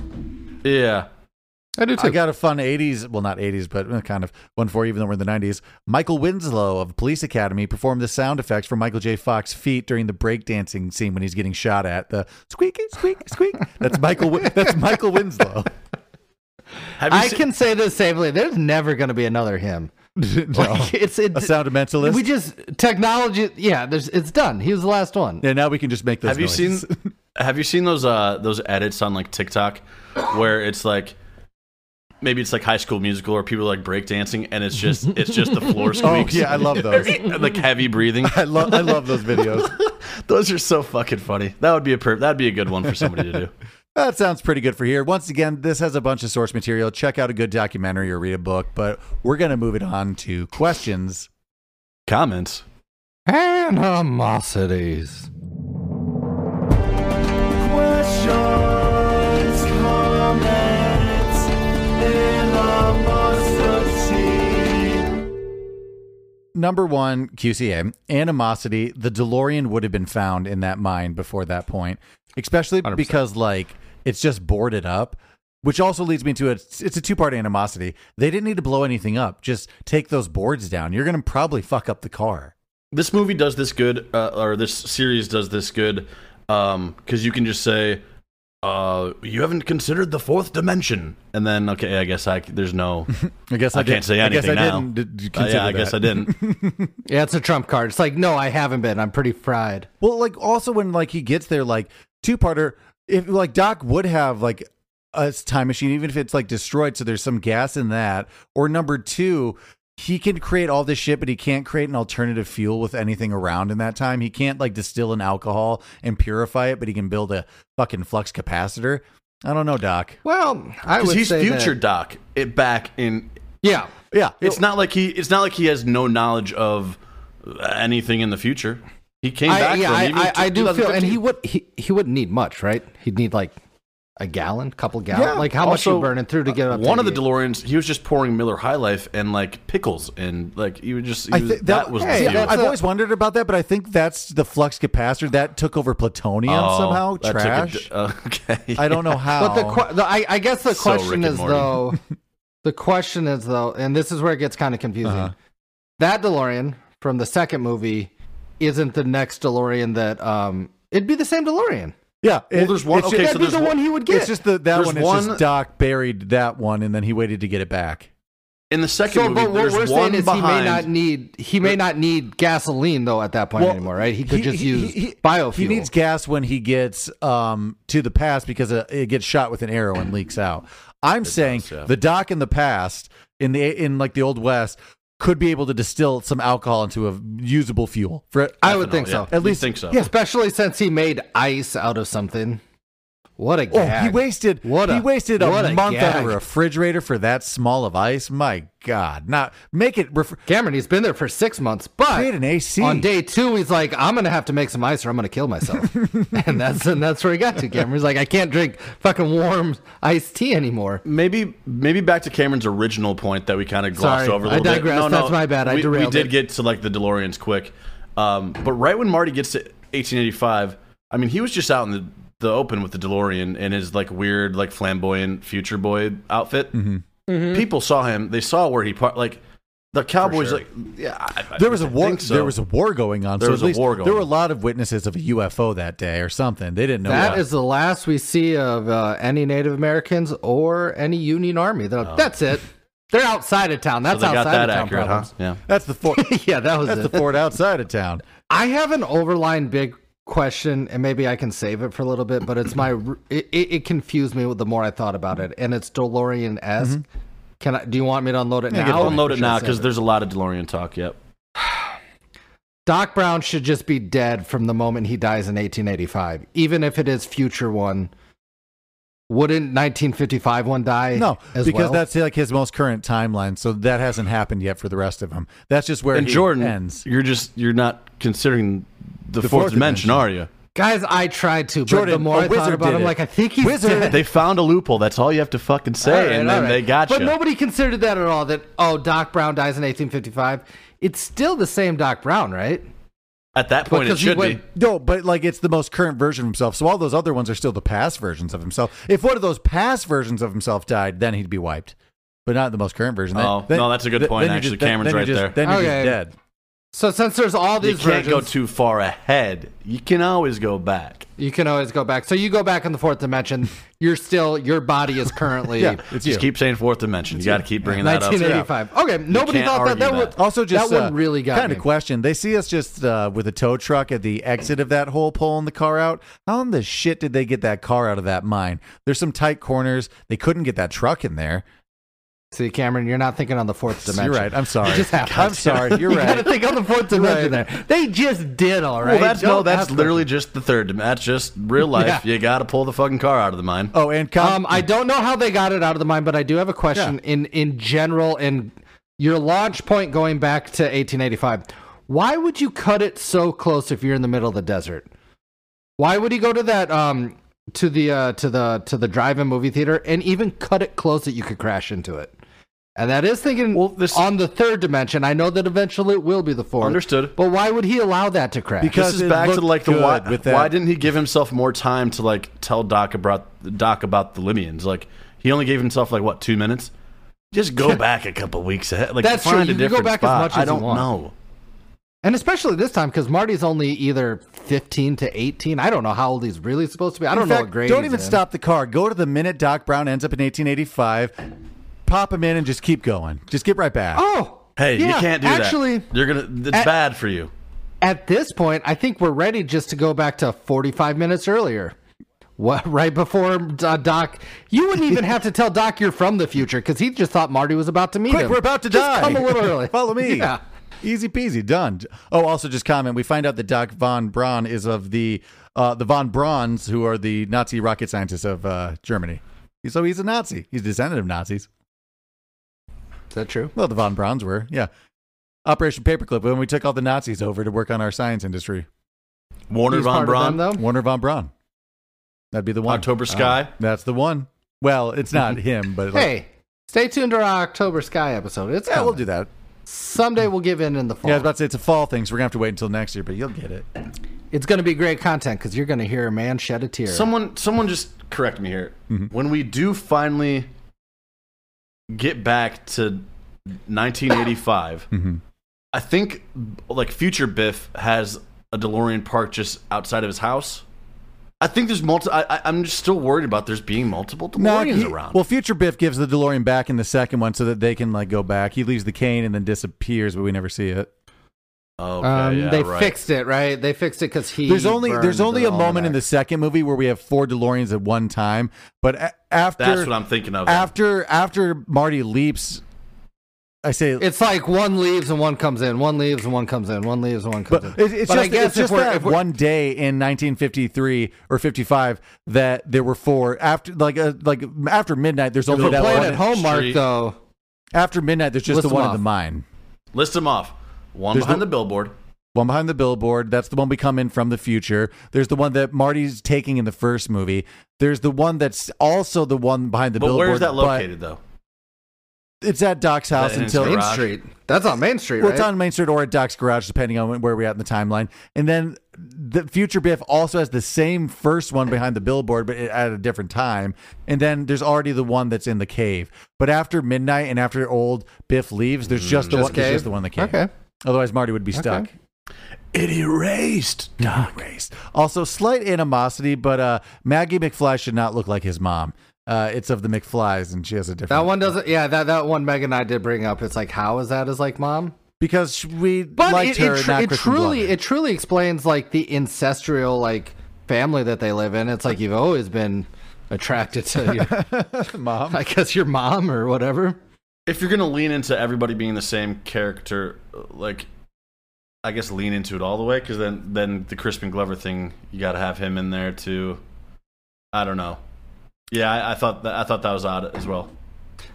S3: Yeah,
S4: I do
S2: I
S4: too.
S2: got a fun 80s, well, not 80s, but uh, kind of one for, even though we're in the 90s. Michael Winslow of Police Academy performed the sound effects for Michael J. Fox's feet during the breakdancing scene when he's getting shot at. The squeak, squeak, squeak. That's Michael. Win- that's Michael Winslow.
S3: have you
S4: I
S3: seen-
S4: can say this safely. There's never going to be another him.
S2: No.
S4: it's it,
S2: A sound mentalist.
S4: We just technology. Yeah, there's it's done. He was the last one.
S2: Yeah, now we can just make those.
S3: Have you
S2: noises.
S3: seen Have you seen those uh those edits on like TikTok where it's like maybe it's like High School Musical or people are like breakdancing and it's just it's just the floor
S2: Oh
S3: squeaks.
S2: yeah, I love those.
S3: And, like heavy breathing.
S2: I love I love those videos.
S3: Those are so fucking funny. That would be a per- that'd be a good one for somebody to do.
S2: That sounds pretty good for here. Once again, this has a bunch of source material. Check out a good documentary or read a book. But we're gonna move it on to questions.
S3: Comments.
S4: Animosities.
S2: Number one, QCA animosity. The DeLorean would have been found in that mine before that point, especially because like it's just boarded up. Which also leads me to a it's a two part animosity. They didn't need to blow anything up. Just take those boards down. You're gonna probably fuck up the car.
S3: this movie does this good uh, or this series does this good because you can just say uh, you haven't considered the fourth dimension and then okay i guess i c- there's no
S2: I guess I,
S3: I can't
S2: did-
S3: say
S2: I guess I
S3: anything now.
S2: didn't d- d-
S3: Uh,
S2: consider
S3: yeah i guess
S2: that.
S3: i didn't
S4: Yeah, it's a trump card. It's like, no, I haven't been. I'm pretty fried.
S2: Well, like also when like he gets there, like two parter, if like Doc would have like a time machine, even if it's like destroyed, so there's some gas in that. Or number two, he can create all this shit, but he can't create an alternative fuel with anything around in that time. He can't like distill an alcohol and purify it, but he can build a fucking flux capacitor. I don't know, Doc.
S4: Well, I
S3: because
S4: would
S3: he's
S4: say that-
S3: future doc it back in
S4: Yeah,
S2: Yeah,
S3: it's not like he it's not like he has no knowledge of anything in the future he came
S4: I,
S3: back
S4: yeah,
S3: from
S4: I,
S3: even
S4: I, I do feel, and
S3: 2015.
S4: he would he, he wouldn't need much, right? He'd need like a gallon, couple gallon.
S2: Yeah.
S4: Like how much
S3: Also, uh,
S4: you burning through to get up?
S3: one
S4: to
S3: of the
S4: 88?
S3: DeLoreans, he was just pouring Miller High Life and like pickles, and like he would just he
S2: I
S3: was,
S2: thi-
S3: that, was
S2: hey,
S3: the
S4: that's
S3: deal.
S2: I've
S4: a-
S2: always wondered about that, but I think that's the flux capacitor that took over plutonium
S3: Oh,
S2: somehow.
S3: that took a
S2: Trash.
S3: d- uh, okay.
S2: I don't know how.
S4: But the, que- the I, I guess the
S3: So Rick
S4: question
S3: and
S4: is
S3: Morty.
S4: though, the question is though, and this is where it gets kind of confusing.
S2: Uh-huh.
S4: That DeLorean from the second movie isn't the next DeLorean that um it'd be the same DeLorean.
S2: yeah, it-
S3: there's one-
S2: it's
S3: okay,
S2: just-
S3: so
S4: That'd be
S3: there's
S4: the
S3: one-
S4: one he would get.
S2: It's just the, that
S3: There's
S2: one. It's
S3: one-
S2: just Doc buried that one, and then he waited to get it back.
S3: In the second
S4: so,
S3: movie,
S4: but what
S3: there's
S4: we're
S3: one
S4: saying is
S3: behind.
S4: he may not need he may not need gasoline though at that point
S2: Well,
S4: anymore, right? He could just use
S2: he- he-
S4: biofuel.
S2: He needs gas when he gets um, to the past because uh, it gets shot with an arrow and leaks out. I'm saying
S3: does, yeah.
S2: the Doc in the past, in the in like the old west, could be able to distill some alcohol into a usable fuel. For
S4: I would think
S3: yeah.
S4: so.
S2: at
S3: You
S2: least
S3: think so.
S2: Yeah,
S4: Especially since he made ice out of something. What a
S2: Oh,
S4: gag.
S2: he wasted
S4: What
S2: he
S4: a-
S2: wasted a
S4: what a
S2: month out of
S4: gag.
S2: a refrigerator for that small of ice. My God, not make it ref-
S4: Cameron, he's been there for six months, but
S2: create an AC
S4: on day two, he's like, I'm gonna have to make some ice or I'm gonna kill myself. and that's and that's where he got to, Cameron. He's like, I can't drink fucking warm iced tea anymore.
S3: Maybe, maybe back to Cameron's original point that we kind of glossed
S4: Sorry,
S3: over a
S4: I
S3: little bit.
S4: digress. That's my bad. I
S3: we,
S4: derailed
S3: We did
S4: it.
S3: get to like the DeLoreans quick, um, but right when Marty gets to 1885, I mean, he was just out in the, the open with the DeLorean in his like weird, like flamboyant future boy outfit.
S4: Mm-hmm.
S3: People saw him. They saw where he part like the Cowboys.
S2: sure.
S3: Like, yeah, I, I-
S2: There was a
S3: I
S2: war.
S3: think so.
S2: There was a war going on.
S3: There
S2: so
S3: was
S2: at
S3: a
S2: least
S3: war going
S2: there were a
S3: on.
S2: lot of witnesses of a UFO that day or something. They didn't know.
S4: That is
S2: what-
S4: the last we see of uh, any Native Americans or any Union Army. They're like, that's it. They're outside of town.
S3: Oh. So
S4: That's
S3: they
S4: outside
S3: got that
S4: of town.
S3: accurate, huh?
S4: problems.
S3: Yeah.
S2: that's the fort.
S4: yeah, that was
S2: that's the
S4: it.
S2: fort outside of town.
S4: I have an overline big question, and maybe I can save it for a little bit, but it's my it, it, it confused me with the more I thought about it, and it's DeLorean esque. Can I? Do you want me to unload it
S2: Mm-hmm. Yeah,
S4: now?
S2: get it
S3: I'll unload it now
S4: Sure,
S3: because
S4: save
S3: there's a lot of DeLorean talk. Yep.
S4: Doc Brown should just be dead from the moment he dies in 1885, even if it is future one. Wouldn't 1955 one die?
S2: No,
S4: as
S2: because
S4: well?
S2: that's like his most current timeline. So that hasn't happened yet for the rest of them. That's just where
S3: and
S2: he
S3: Jordan,
S2: ends.
S3: you're just you're not considering the, fourth,
S2: fourth
S3: dimension,
S2: dimension.
S3: are you?
S4: guys. I tried to, but
S2: Jordan,
S4: the more
S2: a
S4: I thought
S2: wizard
S4: about
S2: did
S4: it, I'm
S2: it.
S4: like, I think he's
S2: Wizard-
S4: dead.
S3: They found a loophole. That's all you have to fucking say,
S4: All right,
S3: and
S4: all
S3: then
S4: right.
S3: they got
S4: But
S3: you.
S4: nobody considered that at all. That oh, Doc Brown dies in 1855. It's still the same Doc Brown, right?
S3: At that point, it
S4: Because he
S3: should
S4: went-
S3: be.
S2: No, but like it's the most current version of himself. So all those other ones are still the past versions of himself. If one of those past versions of himself died, then he'd be wiped. But not the most current version. Then-
S3: Oh,
S2: then-
S3: no, that's a good
S2: then- then
S3: point,
S2: you're
S3: actually.
S2: just- then- then
S3: Cameron's
S2: you're
S3: right
S2: just-
S3: there.
S2: Then you're
S4: Okay.
S2: just dead.
S4: So since there's all
S3: You
S4: these
S3: can't go
S4: versions,
S3: too far ahead. You can always go back.
S4: you can always go back. So you go back in the fourth dimension. You're still your body is currently
S2: Yeah, it's you.
S3: Just keep saying fourth dimension. You got to keep bringing that up.
S4: 1985. Okay, nobody
S3: can't
S4: thought that that
S3: argue
S4: would
S3: that. uh,
S2: Also, just
S4: that one really got
S2: kind
S4: me.
S2: of question. They see us just uh, with a tow truck at the exit of that hole, pulling the car out. How in the shit did they get that car out of that mine? There's some tight corners. They couldn't get that truck in there.
S4: See, Cameron, you're not thinking on the fourth dimension.
S2: You're right. I'm sorry.
S4: It just happened.
S2: I'm sorry. You're
S4: you gotta
S2: right.
S4: think on the fourth dimension there. They just did all right.
S3: Well, that's no,
S4: Don't
S3: that's
S4: ask me.
S3: literally just the third. dim- That's just real life.
S4: Yeah.
S3: You got to pull the fucking car out of the mine.
S2: Oh, and com-
S4: Um, I don't know how they got it out of the mind, but I do have a question in in general and your launch point going back to 1885. Why would you cut it so close if you're in the middle of the desert? Why would he go to that um to the uh, to the to the drive-in movie theater and even cut it close that you could crash into it? And that is thinking
S3: Well, this-
S4: on the third dimension. I know that eventually it will be the fourth.
S3: Understood.
S4: But why would he allow that to crash?
S2: Because-
S3: this
S2: it
S3: is back to
S2: looked
S3: like the why,
S2: good with that-
S3: why didn't he give himself more time to like tell Doc about Doc about the Libyans? Like he only gave himself like what two minutes. Just go back a couple weeks ahead. Like
S4: That's true.
S3: find
S4: You
S3: a
S4: can go
S3: different
S4: back as
S3: spot.
S4: much as
S3: I
S4: you
S3: don't
S4: want.
S3: know.
S4: And especially this time, because Marty's only either 15 to 18. I don't know how old he's really supposed to be. I don't
S2: in
S4: know
S2: fact,
S4: what grade.
S2: Don't
S4: he's
S2: even
S4: in.
S2: stop the car. Go to the minute Doc Brown ends up in 1885. Pop him in and just keep going. Just get right back.
S4: Oh,
S3: Hey, you
S4: yeah,
S3: can't do
S4: actually,
S3: that. Actually, you're gonna. It's
S4: at-
S3: bad for you.
S4: at this point, I think we're ready just to go back to 45 minutes earlier. What, right before uh, Doc, you wouldn't even have to tell Doc you're from the future because he just thought Marty was about to meet
S2: Quick,
S4: him.
S2: we're about to
S4: Just
S2: die.
S4: Come a little early.
S2: Follow me.
S4: Yeah.
S2: Easy peasy, done. Oh, also just comment. We find out that Doc von Braun is of the uh, the von Brauns, who are the Nazi rocket scientists of uh, Germany. So he's a Nazi. He's descendant of Nazis.
S4: Is that true?
S2: Well, the von Brauns were, yeah. Operation Paperclip. When we took all the Nazis over to work on our science industry,
S3: Warner
S4: He's
S3: von
S4: part of
S3: Braun,
S4: them, though.
S2: Warner von Braun. That'd be the one. Uh,
S3: October Sky.
S2: That's the one. Well, it's not him, but like,
S4: Hey, stay tuned to our October Sky episode. It's
S2: yeah, we'll
S4: coming.
S2: do that.
S4: Someday we'll give in in the fall.
S2: Yeah, I was about to say it's a fall thing, so we're gonna have to wait until next year, but you'll get it.
S4: It's going to be great content because you're going to hear a man shed a tear.
S3: Someone, someone, just correct me here.
S2: Mm-hmm.
S3: When we do finally get back to 1985,
S2: Mm-hmm.
S3: I think like future Biff has a DeLorean parked just outside of his house. I think there's multi. I, I, I'm just still worried about there's being multiple
S2: No,
S3: DeLoreans
S2: he-
S3: around.
S2: Well, future Biff gives the DeLorean back in the second one so that they can like go back. He leaves the cane and then disappears, but we never see it.
S3: okay,
S4: Um, they
S3: right.
S4: fixed it, right? They fixed it because he.
S2: There's only there's
S4: burned
S2: only
S4: the
S2: a moment in the
S4: almanac.
S2: second movie where we have four DeLoreans at one time, but a- after
S3: That's what I'm thinking of.
S2: after after Marty leaps, I say
S4: It's like one leaves and one comes in. One leaves and one comes in. One leaves and one comes
S2: But
S4: in.
S2: it's, it's just, it's just that one day in 1953 or 55 that there were four after like uh, like after midnight. There's only
S4: we're
S2: that
S4: playing
S2: one.
S4: at home, Mark.
S3: Street.
S4: Though
S2: After midnight, there's just the
S4: List them
S2: one in
S4: off.
S2: the mine.
S3: List them off. One
S2: There's
S3: behind
S2: the-
S3: the billboard.
S2: One behind the billboard. That's the one we come in from the future. There's the one that Marty's taking in the first movie. The's the one that's also the one behind the
S3: But
S2: billboard.
S3: where's that
S2: but
S3: located though?
S2: It's at Doc's house
S3: That in his
S2: until
S4: Main
S3: garage.
S4: Street. That's on Main Street,
S2: Well,
S4: right?
S2: it's on Main Street or at Doc's Garage, depending on where we're at in the timeline. And then the future Biff also has the same first one behind the billboard, but at a different time. And then there's already the one that's in the cave. But after midnight and after old Biff leaves, there's just the
S4: Mm-hmm. Just
S2: one. There's
S4: cave?
S2: just the one that came.
S4: Okay.
S2: Otherwise, Marty would be stuck.
S3: It erased.
S2: Doc race. Also, slight animosity, but uh, Maggie McFly should not look like his mom. Uh, it's of the McFlys, and she has a different.
S4: That one doesn't. Yeah, that that one Megan and I did bring up. It's like how is that as like mom?
S2: because we
S4: But
S2: liked
S4: it, it
S2: her.
S4: tr-
S2: not
S4: it
S2: Kristen
S4: truly
S2: Glover.
S4: it truly explains like the ancestral like family that they live in. It's like you've always been attracted to your,
S2: mom.
S4: I guess your mom or whatever.
S3: if you're gonna lean into everybody being the same character, like I guess lean into it all the way because then then the Crispin Glover thing you got to have him in there too. I don't know. Yeah, I, I thought that I thought that was odd as well.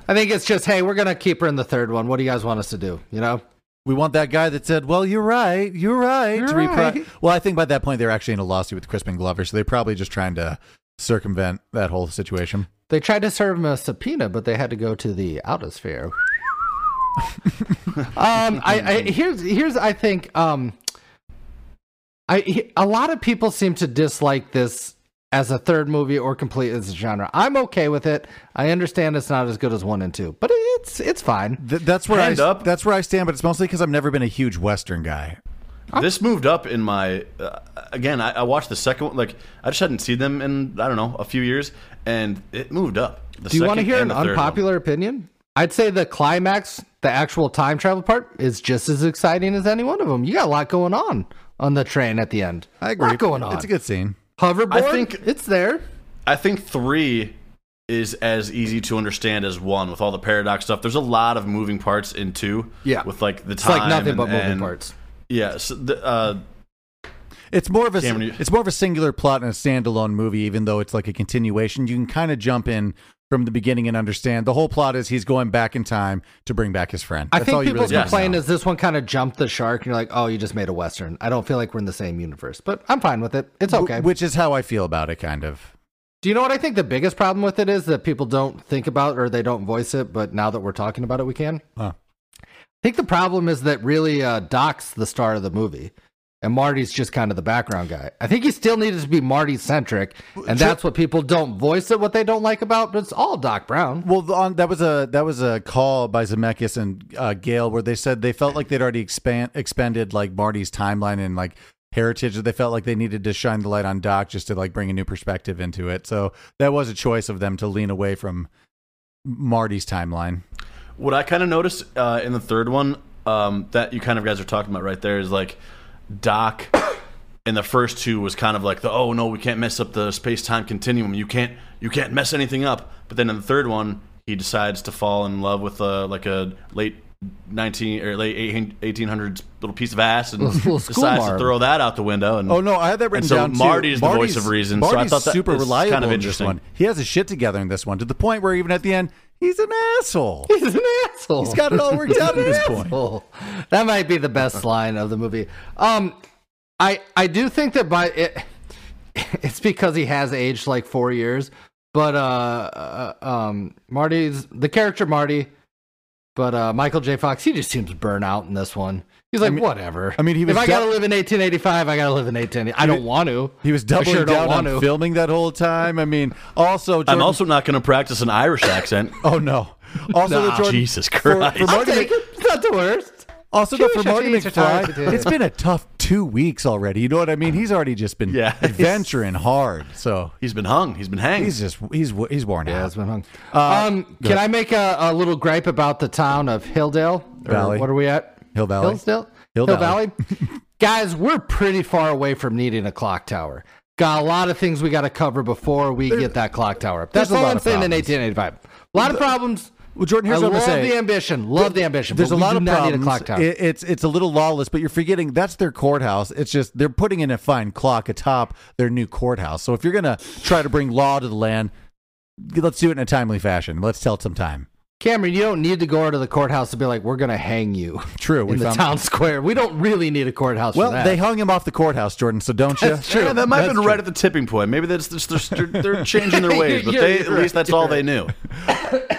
S4: I think it's just, hey, we're gonna keep her in the third one. What do you guys want us to do? You know?
S2: We want that guy that said, "Well, you're right, you're right."
S4: You're
S2: to repri-
S4: right.
S2: Well, I think by that point they're actually in a lawsuit with Crispin Glover, so they're probably just trying to circumvent that whole situation.
S4: They tried to serve him a subpoena, but they had to go to the outosphere. um, I, I here's here's I think um, I he- a lot of people seem to dislike this as a third movie or complete as a genre. I'm okay with it. I understand it's not as good as one and two, but it's it's fine.
S2: Th- that's where
S3: Hand
S2: I
S3: up.
S2: that's where I stand, but it's mostly because I've never been a huge Western guy.
S3: This moved up in my uh, again. I, I watched the second one. Like I just hadn't seen them in I don't know a few years, and it moved up. The
S4: Do you want to
S3: second
S4: hear
S3: and
S4: an
S3: the third one.
S4: unpopular opinion? I'd say the climax, the actual time travel part, is just as exciting as any one of them. You got a lot going on on the train at the end.
S2: I agree.
S4: Lot going on.
S2: It's a good scene.
S4: hoverboard.
S3: I think-
S4: it's there.
S3: I think three is as easy to understand as one with all the paradox stuff. There's a lot of moving parts in two.
S4: Yeah.
S3: with like the
S4: It's
S3: time.
S4: like nothing but
S3: and-
S4: moving
S3: and-
S4: parts.
S3: Yeah, so the, uh,
S2: It's more of a
S3: Cameron, you-
S2: it's more of a singular plot and a standalone movie, even though it's like a continuation. You can kind of jump in from the beginning and understand the whole plot is he's going back in time to bring back his friend.
S4: I
S2: That's all
S4: think
S2: you
S4: people
S2: really need to
S4: complain
S2: know.
S4: is this one kind of jumped the shark, and you're like, oh, you just made a western. I don't feel like we're in the same universe, but I'm fine with it. It's
S2: Wh-
S4: okay.
S2: which is how I feel about it, kind of.
S4: Do you know what I think the biggest problem with it is that people don't think about or they don't voice it, but now that we're talking about it, we can.
S2: Huh.
S4: I think the problem is that really uh, Doc's the star of the movie, and Marty's just kind of the background guy. I think he still needed to be Marty centric, and that's what people don't voice it, what they don't like about. But it's all Doc Brown.
S2: Well, the- on, that was a that was a call by Zemeckis and uh, Gale where they said they felt like they'd already expand expended like Marty's timeline and like heritage. That they felt like they needed to shine the light on Doc just to like bring a new perspective into it. So that was a choice of them to lean away from Marty's timeline.
S3: what I kind of noticed uh, in the third one um, that you kind of guys are talking about right there is like Doc in the first two was kind of like the oh no we can't mess up the space time continuum you can't you can't mess anything up but then in the third one he decides to fall in love with uh, like a late 19 or late 18 1800s little piece of ass and
S4: Little- little school
S3: decides to
S4: marm.
S3: throw that out the window and
S2: Oh no, I had that written
S3: so
S2: down. too.
S3: Marty's the voice of reason, so I
S2: Marty's
S3: thought that
S2: super
S3: is kind
S2: reliable
S3: of
S2: in
S3: interesting.
S2: this one. He has his shit together in this one to the point where even at the end he's an asshole.
S4: He's an asshole.
S2: He's got it all worked out at this point.
S4: Oh, that might be the best line of the movie. Um, I I do think that by it, it's because he has aged like four years. But uh, uh, um, Marty's the character Marty, but uh, Michael J. Fox he just seems burnt out in this one. He's like, whatever.
S2: I mean, he was
S4: if I
S2: dou-
S4: gotta live in 1885, I gotta live in 18. I don't want to.
S2: He was
S4: I
S2: doubling
S4: sure don't
S2: down on
S4: want to.
S2: filming that whole time. I mean, also Jordan,
S3: I'm also not going to practice an Irish accent
S2: Oh no! Also,
S4: Nah.
S2: the Jordan,
S3: Jesus
S2: for-
S3: Christ.
S2: For,
S4: I'll
S2: Marty
S4: take
S2: Mc-
S4: it. It's not the worst.
S2: also, though, for
S4: Jewish, I
S2: Marty
S4: think he's
S2: McFly,
S4: retarded.
S2: it's been a tough two weeks already. You know what I mean? He's already just been
S3: Yeah.
S2: adventuring hard, so
S3: he's been hung he's been hanged
S2: he's just he's he's worn
S4: Yeah,
S2: out.
S4: it's been hung.
S2: Uh,
S4: um, can I make a, a little gripe about the town of Hilldale? Or
S2: Valley.
S4: What are we at?
S2: Hill Valley.
S4: Hillsdale?
S2: Hill
S4: Hill,
S2: Valley.
S4: Valley. Guys, we're pretty far away from needing a clock tower. Got a lot of things we got to cover before we get that clock tower up. That's
S2: there's a
S4: all
S2: lot
S4: I'm
S2: of
S4: saying
S2: problems.
S4: in 1885. A lot of problems.
S2: Well, Jordan, here's
S4: I
S2: what I'm
S4: love
S2: gonna say.
S4: the ambition. Love the ambition.
S2: There's
S4: but
S2: a
S4: we
S2: lot
S4: do
S2: of
S4: not
S2: problems.
S4: Need a clock tower.
S2: It- it's it's a little lawless, but you're forgetting that's their courthouse. It's just they're putting in a fine clock atop their new courthouse. So if you're gonna try to bring law to the land, let's do it in a timely fashion. Let's tell it some time.
S4: Cameron, you don't need to go over to the courthouse to be like, we're going to hang you
S2: True, we
S4: in the
S2: found-
S4: town square. We don't really need a courthouse
S2: Well,
S4: for that.
S2: they hung him off the courthouse, Jordan. So don't you?
S4: That's true.
S3: Yeah, that might have
S4: That's
S3: been right at the tipping point. Maybe that's just they're, they're, they're changing their ways, but
S4: You're-
S3: they at
S4: you're
S3: least
S4: right.
S3: that's all they knew.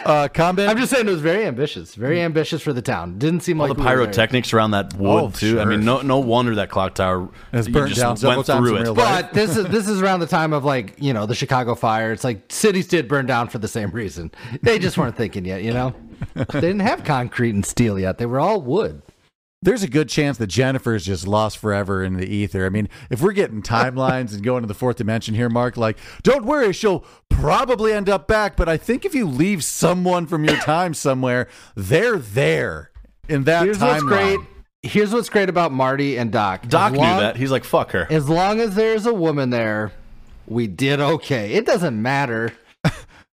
S2: Uh, comment.
S4: I'm just saying it was very ambitious, very ambitious for the town. Didn't seem
S3: All
S4: like
S3: the
S4: we were there.
S3: pyrotechnics around that wood
S2: Oh,
S3: too. I mean, no no wonder that clock tower
S2: It's
S3: you
S2: burnt
S3: just
S2: down several
S3: went
S2: times
S3: through
S2: in
S3: it.
S2: real life.
S4: But this is this is around the time of like you know the Chicago fire. It's like cities did burn down for the same reason. They just weren't thinking yet. You know, they didn't have concrete and steel yet. They were all wood.
S2: There's a good chance that Jennifer is just lost forever in the ether. I mean, if we're getting timelines and going to the fourth dimension here, Mark, like, don't worry, she'll probably end up back. But I think if you leave someone from your time somewhere, they're there in that
S4: Here's what's
S2: timeline.
S4: great. Here's what's great about Marty and Doc.
S3: Doc
S4: As
S3: knew
S4: long-
S3: that. He's like, fuck her.
S4: As long as there's a woman there, we did okay. It doesn't matter.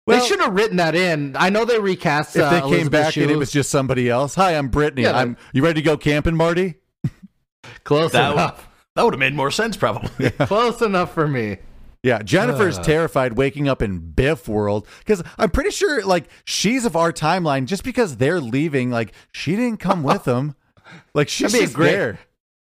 S2: Well-
S4: they should have written that in. I know they recast.
S2: If
S4: uh,
S2: they came
S4: Elizabeth
S2: back and it
S4: Shue.
S2: was just somebody else, hi, I'm Brittany.
S4: Yeah,
S2: I'm. You ready to go camping, Marty?
S4: Close
S3: That would-
S4: enough.
S3: That would have made more sense, probably.
S4: Close enough for me.
S2: Yeah, Jennifer's terrified waking up in Biff world because I'm pretty sure like she's of our timeline just because they're leaving. Like she didn't come with them. Like she's
S4: That'd be a
S2: just
S4: great-
S2: there.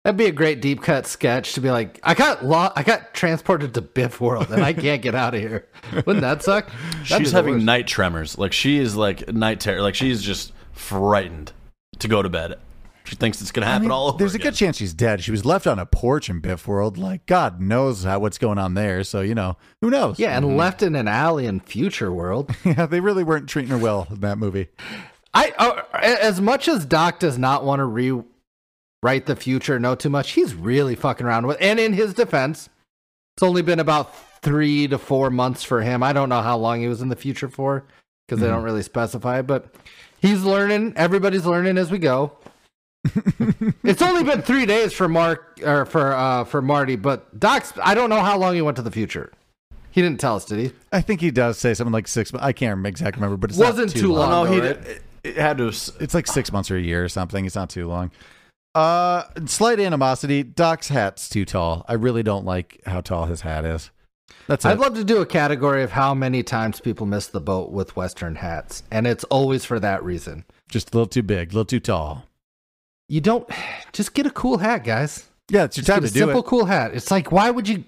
S4: That'd be a great deep cut sketch to be like, I got lo- I got transported to Biff World and I can't get out of here. Wouldn't that suck? That'd be
S3: she's
S4: the
S3: having
S4: worst.
S3: night tremors. Like she is like night terror. Like she's just frightened to go to bed. She thinks it's gonna
S2: I
S3: happen
S2: mean,
S3: all over.
S2: there's a
S3: again.
S2: good chance she's dead. She was left on a porch in Biff world. Like God knows how, what's going on there. So you know who knows.
S4: yeah,
S3: Mm-hmm.
S4: and left in an alley in Future World.
S2: yeah. They really weren't treating her well in that movie.
S4: I uh, as much as Doc does not want to rewrite the future, know too much. He's really fucking around with. And in his defense, it's only been about three to four months for him. I don't know how long he was in the future for because they don't really specify. But he's learning. Everybody's learning as we go. it's only been three days for Mark or for uh, for Marty, but Doc's. I don't know how long he went to the future. He didn't tell us, did he?
S2: I think he does say something like six. months. I can't remember exactly remember, but it's not
S4: Wasn't too long.
S3: Oh no,
S4: though,
S3: he
S4: right?
S3: did, it had to. s-
S2: It's like six months or a year or something. It's not too long. Uh, slight animosity. Doc's hat's too tall. I really don't like how tall his hat is. That's
S4: I'd
S2: it.
S4: love to do a category of how many times people miss the boat with Western hats, and it's always for that reason.
S2: Just a little too big, a little too tall.
S4: You don't just get a cool hat, guys.
S2: Yeah, it's your
S4: Get
S2: time
S4: a
S2: to do
S4: simple,
S2: it.
S4: cool hat. It's like, why would you,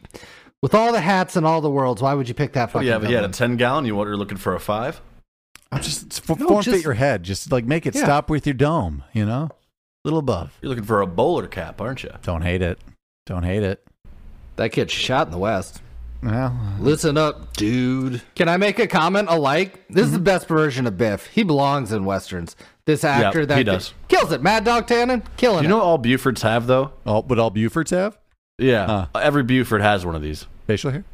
S4: with all the hats and all the worlds, why would you pick that
S3: What
S4: fucking?
S3: do you have? He had a
S4: villain?
S3: ten gallon. You what? You're looking for a five?
S2: I'm just it's for,
S4: No,
S2: form fit
S4: just-
S2: your head. Just like make it
S4: Yeah.
S2: stop with your dome. You know, little above.
S3: You're looking for a bowler cap, aren't you?
S2: Don't hate it. Don't hate it.
S4: that kid shot in the West.
S2: Well,
S4: Listen up, dude. Can I make a comment? A like. This is the best version of Biff. He belongs in westerns. This actor
S3: he
S4: that
S3: does.
S4: kills it. Mad Dog Tannen killing
S3: Do you
S4: it.
S3: know what all Bufords have though?
S2: all, would all Bufords have
S3: Yeah, every Buford has one of these.
S2: facial hair?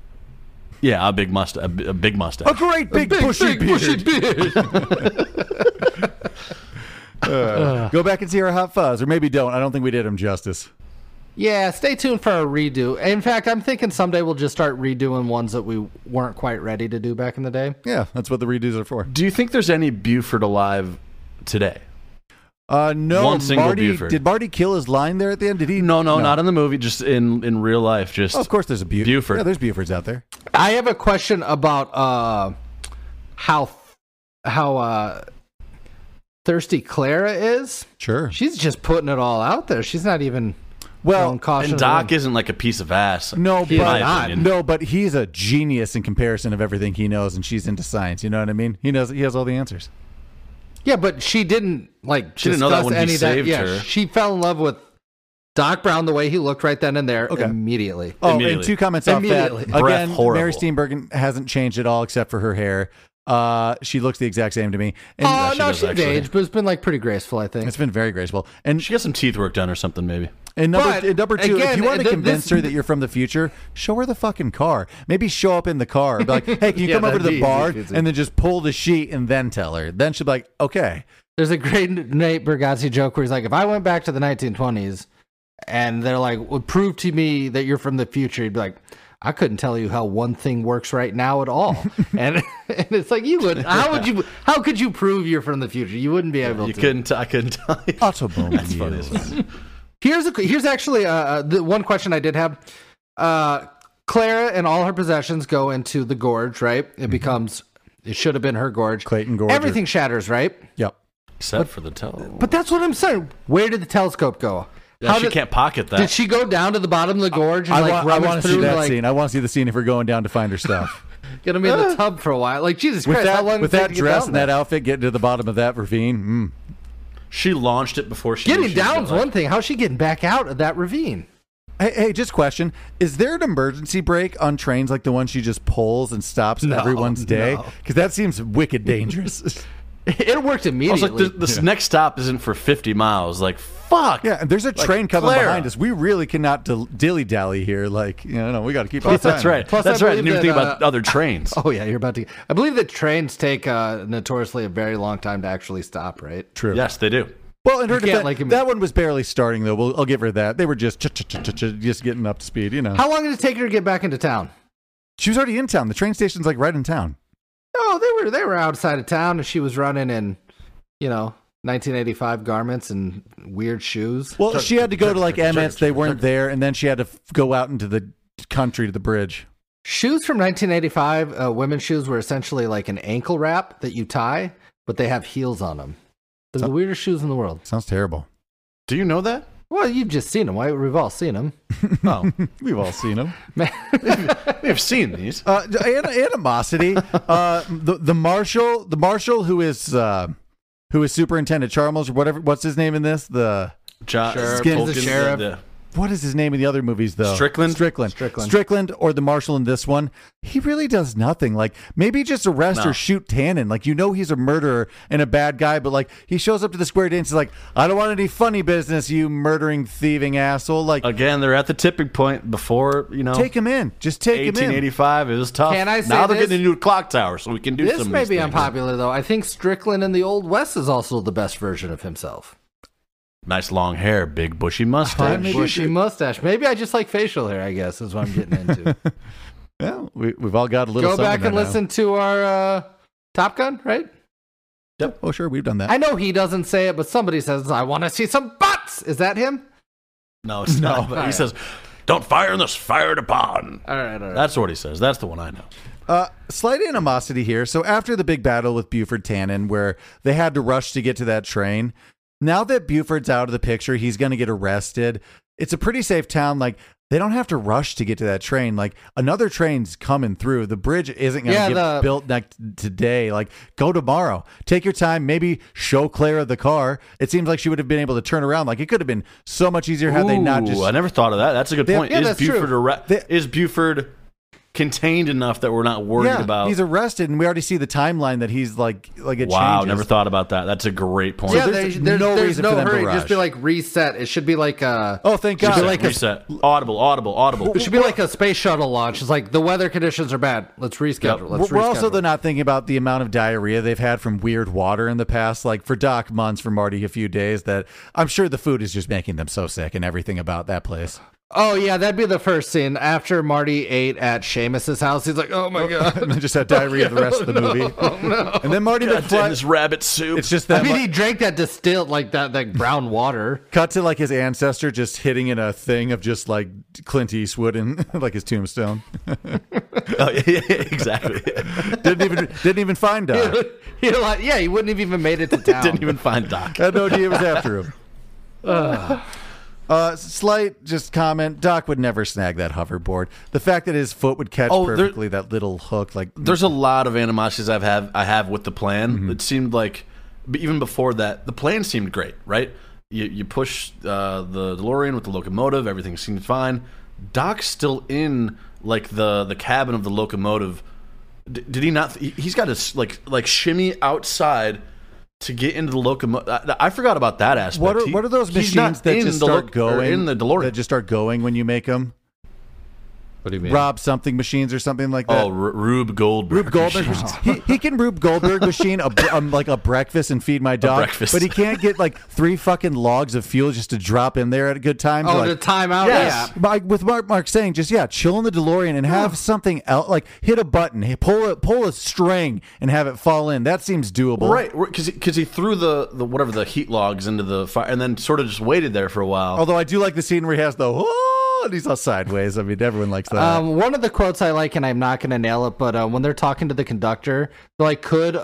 S3: Yeah, a big mustache. A, bi- a big mustache.
S2: A great big, bushy beard. Go back and see our hot fuzz, or maybe don't. I don't think we did him justice.
S4: Yeah, stay tuned for a redo. In fact, I'm thinking someday we'll just start redoing ones that we weren't quite ready to do back in the day.
S2: Yeah, that's what the redos are for.
S3: Do you think there's any Buford alive today?
S2: Uh, no,
S3: One single
S2: Marty,
S3: Buford.
S2: Did Marty kill his line there at the end? Did he?
S3: No, no, not in the movie. Just in in real life. Just
S2: Oh, of course, there's a Buford.
S3: Buford.
S2: Yeah, there's Bufords out there.
S4: I have a question about uh, how how uh, thirsty Clara is.
S2: Sure.
S4: She's just putting it all out there. She's not even
S2: Well,
S4: caution.
S3: And Doc isn't like a piece of ass.
S2: no,
S4: He is
S2: but
S4: not.
S2: no, but he's a genius in comparison of everything he knows, and she's into science. You know what I mean? He knows. He has all the answers.
S4: yeah, but she didn't like.
S3: She didn't know that
S4: discuss
S3: when he
S4: any of that.
S3: saved
S4: yeah,
S3: her.
S4: She fell in love with Doc Brown the way he looked right then and there
S2: Okay.
S4: immediately.
S2: Oh, and
S3: Immediately.
S2: two comments off that.
S4: Immediately.
S3: Breath
S2: Again,
S3: horrible.
S2: Mary Steenburgen hasn't changed at all except for her hair. Uh, she looks the exact same to me. And uh,
S4: Oh
S3: she
S4: no,
S3: does
S4: she's
S3: actually.
S4: aged, but it's been like pretty graceful, I think.
S2: it's been very graceful. And
S3: She got some teeth work done or something, maybe.
S2: And number,
S4: But,
S2: and number two, if
S4: again,
S2: you want to
S4: th-
S2: convince
S4: this-
S2: her that you're from the future, show her the fucking car. Maybe show up in the car. Be like, hey, can you
S4: Yeah,
S2: come over to
S4: that'd
S2: the
S4: be
S2: bar
S4: easy, easy.
S2: and then just pull the sheet and then tell her. Then she'll be like, okay.
S4: There's a great Nate Bergazzi joke where he's like, if I went back to the 1920s and they're like, well, prove to me that you're from the future, he'd be like, I couldn't tell you how one thing works right now at all. and, and it's like, you would, how would you, how could you prove you're from the future? You wouldn't be able
S3: You
S4: to.
S3: couldn't. I couldn't tell you.
S2: Automobile.
S3: That's funny. as well.
S4: Here's a, here's actually uh, uh, the one question I did have. Uh, Clara and all her possessions go into the gorge, right? It
S3: Mm-hmm.
S4: becomes, it should have been her gorge.
S2: Clayton Gorge.
S4: Everything shatters, right?
S2: Yep.
S3: Except for the tell.
S4: But that's what I'm saying. Where did the telescope go?
S3: Yeah, she
S4: did-
S3: can't pocket that.
S4: Did she go down to the bottom of the gorge and
S2: I,
S4: like
S2: want, I
S4: rummage
S2: want to see
S4: through
S2: that
S4: like
S2: scene. I want to see the scene if we're going down to find her stuff.
S4: gonna be in the tub for a while? Like Jesus
S2: with
S4: Christ, how long
S2: that, with
S4: does it
S2: that
S4: take to get
S2: dress
S4: down
S2: and
S4: there?
S2: that outfit, getting to the bottom of that ravine. Mm.
S3: She launched it before she. knew
S4: Getting
S3: she was
S4: down's
S3: like-
S4: one thing. How's she getting back out of that ravine?
S2: Hey, hey, just question. Is there an emergency brake on trains like the one she just pulls and stops
S4: No,
S2: everyone's day?
S4: no.
S2: Because that seems wicked dangerous.
S4: It worked
S3: I was
S4: immediately.
S3: like, this, this next stop isn't for 50 miles. Like, fuck.
S2: Yeah, and there's a train coming
S3: Clara.
S2: behind us. We really cannot dil- dilly dally here. Like, you know, we got to keep
S3: Yeah,
S2: on.
S3: that's right.
S4: Plus,
S3: that's
S4: I
S3: right. I didn't
S4: believe
S3: even think
S4: that,
S3: about
S4: uh,
S3: other trains.
S4: Oh yeah, you're about to. I believe that trains take uh, notoriously a very long time to actually stop. Right?
S2: True.
S3: Yes, they do.
S2: Well, in her
S4: can't
S2: defense,
S4: like him-
S2: that one was barely starting though. We'll, I'll give her that. They were just ch- ch- ch- ch- just getting up to speed. You know,
S4: How long did it take her to get back into town?
S2: she was already in town. The train station's like right in town.
S4: Oh, they were they were outside of town, and she was running in, you know, 1985 garments and weird shoes.
S2: Well,
S3: Chuck-
S2: she had to go to like
S3: Chuck- Chuck-
S2: Emmett's. They
S3: Chuck-
S2: weren't there, and then she had to f- go out into the country to the bridge.
S4: Shoes from 1985, uh, women's shoes were essentially like an ankle wrap that you tie, but they have heels on them. They're the weirdest shoes in the world.
S2: Sounds terrible.
S3: Do you know that?
S4: Well, you've just seen them. Why? We've all seen them.
S3: No.
S2: We've all seen them.
S3: we have seen these.
S2: Uh, an- animosity. Uh, the the marshal, the marshal who is uh, who is Superintendent Charles or whatever. What's his name in this? The
S3: John
S4: Sheriff.
S2: Skin's the
S3: Tolkien,
S4: sheriff.
S3: the-
S2: what is his name in the other movies though?
S3: Strickland?
S2: Strickland,
S4: Strickland.
S2: Strickland, or the marshal in this one. He really does nothing. Like maybe just arrest
S3: No.
S2: or shoot Tannen. Like you know he's a murderer and a bad guy, but like he shows up to the square dance. He's like, I don't want any funny business, you murdering thieving asshole. Like
S3: Again, they're at the tipping point before, you know,
S2: take him in, just take him in.
S3: 1885. It was tough.
S4: Can I say
S3: now they're
S4: this?
S3: getting a new clock tower, so we can do
S4: This
S3: some
S4: may
S3: of these
S4: be
S3: things.
S4: unpopular, though. I think Strickland in the Old West is also the best version of himself.
S3: Nice long hair, big bushy
S2: Huh?
S3: mustache.
S2: maybe you
S4: Bushy
S2: should-
S4: mustache. Maybe I just like facial hair, I guess, is what I'm getting into.
S2: Yeah, we, we've all got a little.
S4: Go
S2: something
S4: back
S2: there
S4: and
S2: now.
S4: listen to our uh, Top Gun, right?
S2: Oh sure, we've done that.
S4: I know he doesn't say it, but somebody says, I want to see some butts. Is that him?
S3: No, it's not. But he
S4: Alright.
S3: says, "Don't fire unless fired upon."
S4: All right, all right.
S3: That's what he says. That's the one I know.
S2: Uh, slight animosity here. So after the big battle with Buford Tannen, where they had to rush to get to that train, now that Buford's out of the picture, he's going to get arrested. It's a pretty safe town. Like they don't have to rush to get to that train. Like another train's coming through. The bridge isn't going to
S4: Yeah,
S2: get
S4: the-
S2: built next today. Like go tomorrow. Take your time. Maybe show Clara the car. It seems like she would have been able to turn around. Like it could have been so much easier had they not
S3: Ooh,
S2: just.
S3: I never thought of that. That's a good
S2: They-
S3: point.
S4: yeah,
S3: is
S4: that's
S3: Buford
S4: true.
S3: arre-
S2: They-
S3: is Buford contained enough that we're not worried
S2: yeah,
S3: about?
S2: he's arrested, and we already see the timeline that he's like, like it
S3: wow,
S2: changes.
S3: never thought about that. That's a great point.
S4: yeah,
S2: So
S4: there's,
S2: there's
S4: there's,
S2: no
S4: no, there's
S2: reason
S4: no
S2: for them to
S4: hurry.
S2: rush.
S4: Just be like reset. It should be like a.
S2: Oh, thank God!
S3: Reset, reset. Audible, audible, audible.
S4: It should be like a space shuttle launch. It's like the weather conditions are bad. Let's reschedule.
S3: Yep.
S4: Let's
S2: we're
S4: reschedule.
S2: also though not thinking about the amount of diarrhea they've had from weird water in the past. Like for Doc, months for Marty, a few days. That I'm sure the food is just making them so sick and everything about that place.
S4: oh yeah, that'd be the first scene after Marty ate at Seamus's house. He's like, oh my god.
S2: And they just had diarrhea the rest of
S4: Oh,
S2: the movie. And then Marty
S3: Damn,
S2: McFly.
S3: this rabbit soup.
S2: It's just
S4: I
S2: that.
S4: mean,
S2: mu-
S4: he drank that distilled like that, that brown water.
S2: cut to like his ancestor just hitting in a thing of just like Clint Eastwood and like his tombstone.
S3: Oh, yeah, exactly.
S2: Didn't even didn't even find Doc.
S4: He like, yeah, he wouldn't have even made it to town.
S3: Didn't even find
S4: Uh,
S3: Doc.
S2: I had no idea it was after him. Uh, slight just comment. Doc would never snag that hoverboard. The fact that his foot would catch
S3: Oh, there-
S2: perfectly that little hook, like
S3: There's a lot of animosities I've have I have with the plan.
S2: Mm-hmm.
S3: It seemed like but even before that, the plan seemed great, right? You you push uh, the DeLorean with the locomotive, everything seemed fine. Doc's still in like the the cabin of the locomotive. D- did he not? He, he's got his like like shimmy outside to get into the locomotive. I, I forgot about that aspect.
S2: what are
S3: He-
S2: what are those
S3: he's
S2: machines
S3: not
S2: that
S3: in
S2: just
S3: the
S2: start
S3: loc- or
S2: going
S3: in the DeLorean?
S2: That just start going when you make them.
S4: What do you mean?
S2: Rob something machines or something like that.
S3: oh, R- Rube Goldberg.
S2: Rube Goldberg.
S3: machine.
S2: machines. He, he can Rube Goldberg machine a, br- um, like a breakfast and feed my dog,
S3: breakfast.
S2: but he can't get like three fucking logs of fuel just to drop in there at a good time. to,
S4: oh,
S2: like,
S4: the timeout.
S3: Yes.
S4: Yeah.
S2: Like with Mark, Mark saying, just yeah, chill in the DeLorean and have something else, like hit a button, hit- pull a pull a string, and have it fall in. That seems doable,
S3: Right, because because he, threw the, the whatever the heat logs into the fire, and then sort of just waited there for a while.
S2: Although I do like the scene where he has the oh, and he's all sideways. I mean, everyone likes that.
S4: Um, one of the quotes I like, and I'm not going to nail it, but uh, when they're talking to the conductor, they're like, could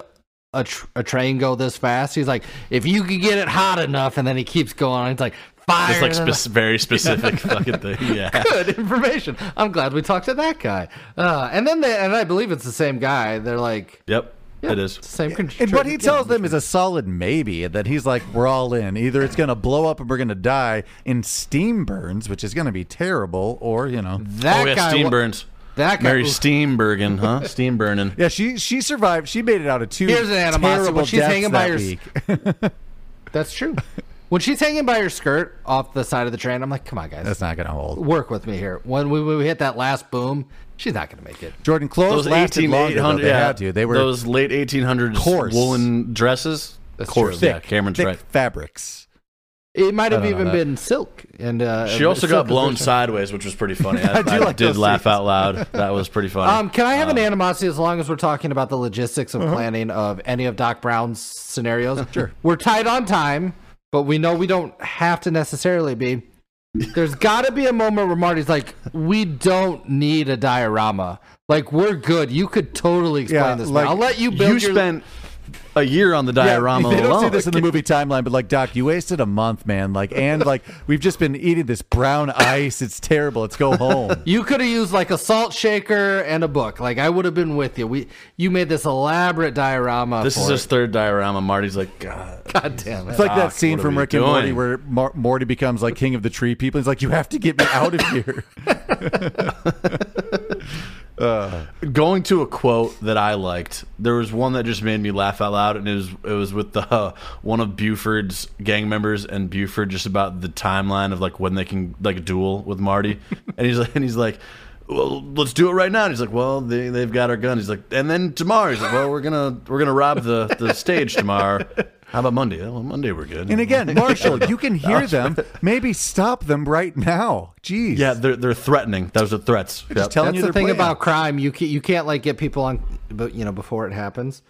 S4: a, tr- a train go this fast? He's like, if you could get it hot enough, and then he keeps going. He's like, fire.
S3: it's like spec- very specific fucking thing. Yeah,
S4: good information. I'm glad we talked to that guy. Uh, and then they, and I believe it's the same guy. They're like,
S3: yep, it is.
S4: it's the same. Con-
S2: and what he tells them is a solid maybe, and that he's like, we're all in. Either it's going to blow up and we're going to die in steam burns, which is going to be terrible, or you know,
S4: that
S3: oh yeah,
S4: guy.
S3: steam
S4: wa-
S3: burns.
S4: that guy-
S3: Mary
S4: oof.
S3: Steambergen, huh? Steam burning.
S2: yeah, she she survived. She made it out of two.
S4: Here's an animosity,
S2: terrible
S4: but she's
S2: deaths
S4: hanging
S2: that
S4: by her s-
S2: week.
S4: That's true. When she's hanging by her skirt off the side of the train, I'm like, come on, guys,
S2: That's not going to hold.
S4: work with me here. When we, we hit that last boom, she's not going to make it.
S2: Jordan Close
S3: Those
S2: lasted
S3: eighteen eight
S2: longer. though.
S3: hundred.
S2: They
S3: Yeah,
S2: had to. They were
S3: those late eighteen hundreds
S2: Coarse.
S3: woolen dresses.
S4: That's
S3: coarse.
S4: true.
S3: Yeah, Cameron's
S2: thick
S3: right.
S2: fabrics.
S4: It might
S2: don't
S4: have
S2: know
S4: even
S2: that.
S4: been silk. And uh,
S3: She also
S4: silk
S3: got
S4: is
S3: blown
S4: rich.
S3: sideways, which was pretty funny. I,
S2: I do
S3: I
S2: like
S3: did
S2: those
S3: laugh
S2: scenes.
S3: out loud. That was pretty funny.
S4: Um, can I have
S2: Oh.
S4: an animosity as long as we're talking about the logistics of planning of any of Doc Brown's scenarios?
S2: Uh-huh. Sure.
S4: We're tight on time, but we know we don't have to necessarily be. There's got to be a moment where Marty's like, "We don't need a diorama. Like, we're good. You could totally explain
S2: Yeah,
S4: this.
S2: like,
S4: Like, I'll let you build
S3: you
S4: your
S3: spent a year on the
S2: Yeah,
S3: diorama
S2: they don't
S3: alone.
S2: see this in the movie timeline, but like, Doc, you wasted a month, man. Like, and like, we've just been eating this brown ice. It's terrible. Let's go home.
S4: You could have used like a salt shaker and a book. Like I would have been with you. We you made this elaborate diorama.
S3: This
S4: for
S3: is
S4: it.
S3: his third diorama. Marty's like, God.
S4: God damn it.
S2: It's like that
S3: Doc,
S2: scene
S3: what are
S2: from
S3: we
S2: Rick and Morty
S3: doing?
S2: where Mar- Morty becomes like king of the tree people. He's like, you have to get me out of here.
S3: Going to a quote that I liked. There was one that just made me laugh out loud, and it was it was with the uh, one of Buford's gang members and Buford just about the timeline of like when they can like duel with Marty, and he's like and he's like. Well, let's do it right now. And he's like, "Well, they, they've got our gun." He's like, "And then tomorrow." He's like, "Well, we're gonna we're gonna rob the, the stage tomorrow. How about Monday? "Oh, Well, Monday we're good."
S2: And again, Marshall, you can hear them. Maybe stop them right now. Jeez.
S3: yeah, they're they're threatening. Those are threats. Yep.
S2: Just telling
S4: That's
S2: you
S4: the
S2: their
S4: thing
S2: plan.
S4: about crime. You can't, you can't like get people on, but you know before it happens.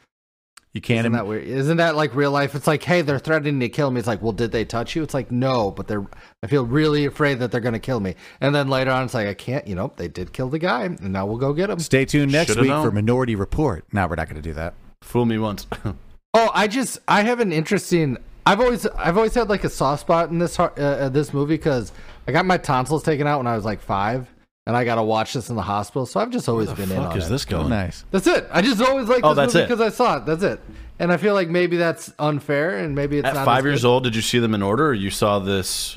S2: you can't.
S4: Isn't that weird? Isn't that like real life? It's like, hey, they're threatening to kill me. It's like, well, did they touch you? It's like, no, but they're. I feel really afraid that they're going to kill me. And then later on, it's like, I can't. You know, they did kill the guy, and now we'll go get him.
S2: Stay tuned next
S3: Shoulda
S2: week
S3: known.
S2: for Minority Report. No, we're not going to do that.
S3: Fool me once.
S4: Oh, I just I have an interesting. I've always I've always had like a soft spot in this har- uh, uh, this movie because I got my tonsils taken out when I was like five, and I got to watch this in the hospital. So I've just always been in
S3: fuck
S4: on
S3: is
S4: it.
S3: this going?
S2: Nice.
S4: That's it. I just always like
S3: Oh,
S4: this
S3: that's
S4: movie
S3: it.
S4: because I saw it. That's it. And I feel like maybe that's unfair, and maybe it's
S3: At
S4: not
S3: five
S4: as
S3: years
S4: good.
S3: old, did you see them in order, or you saw this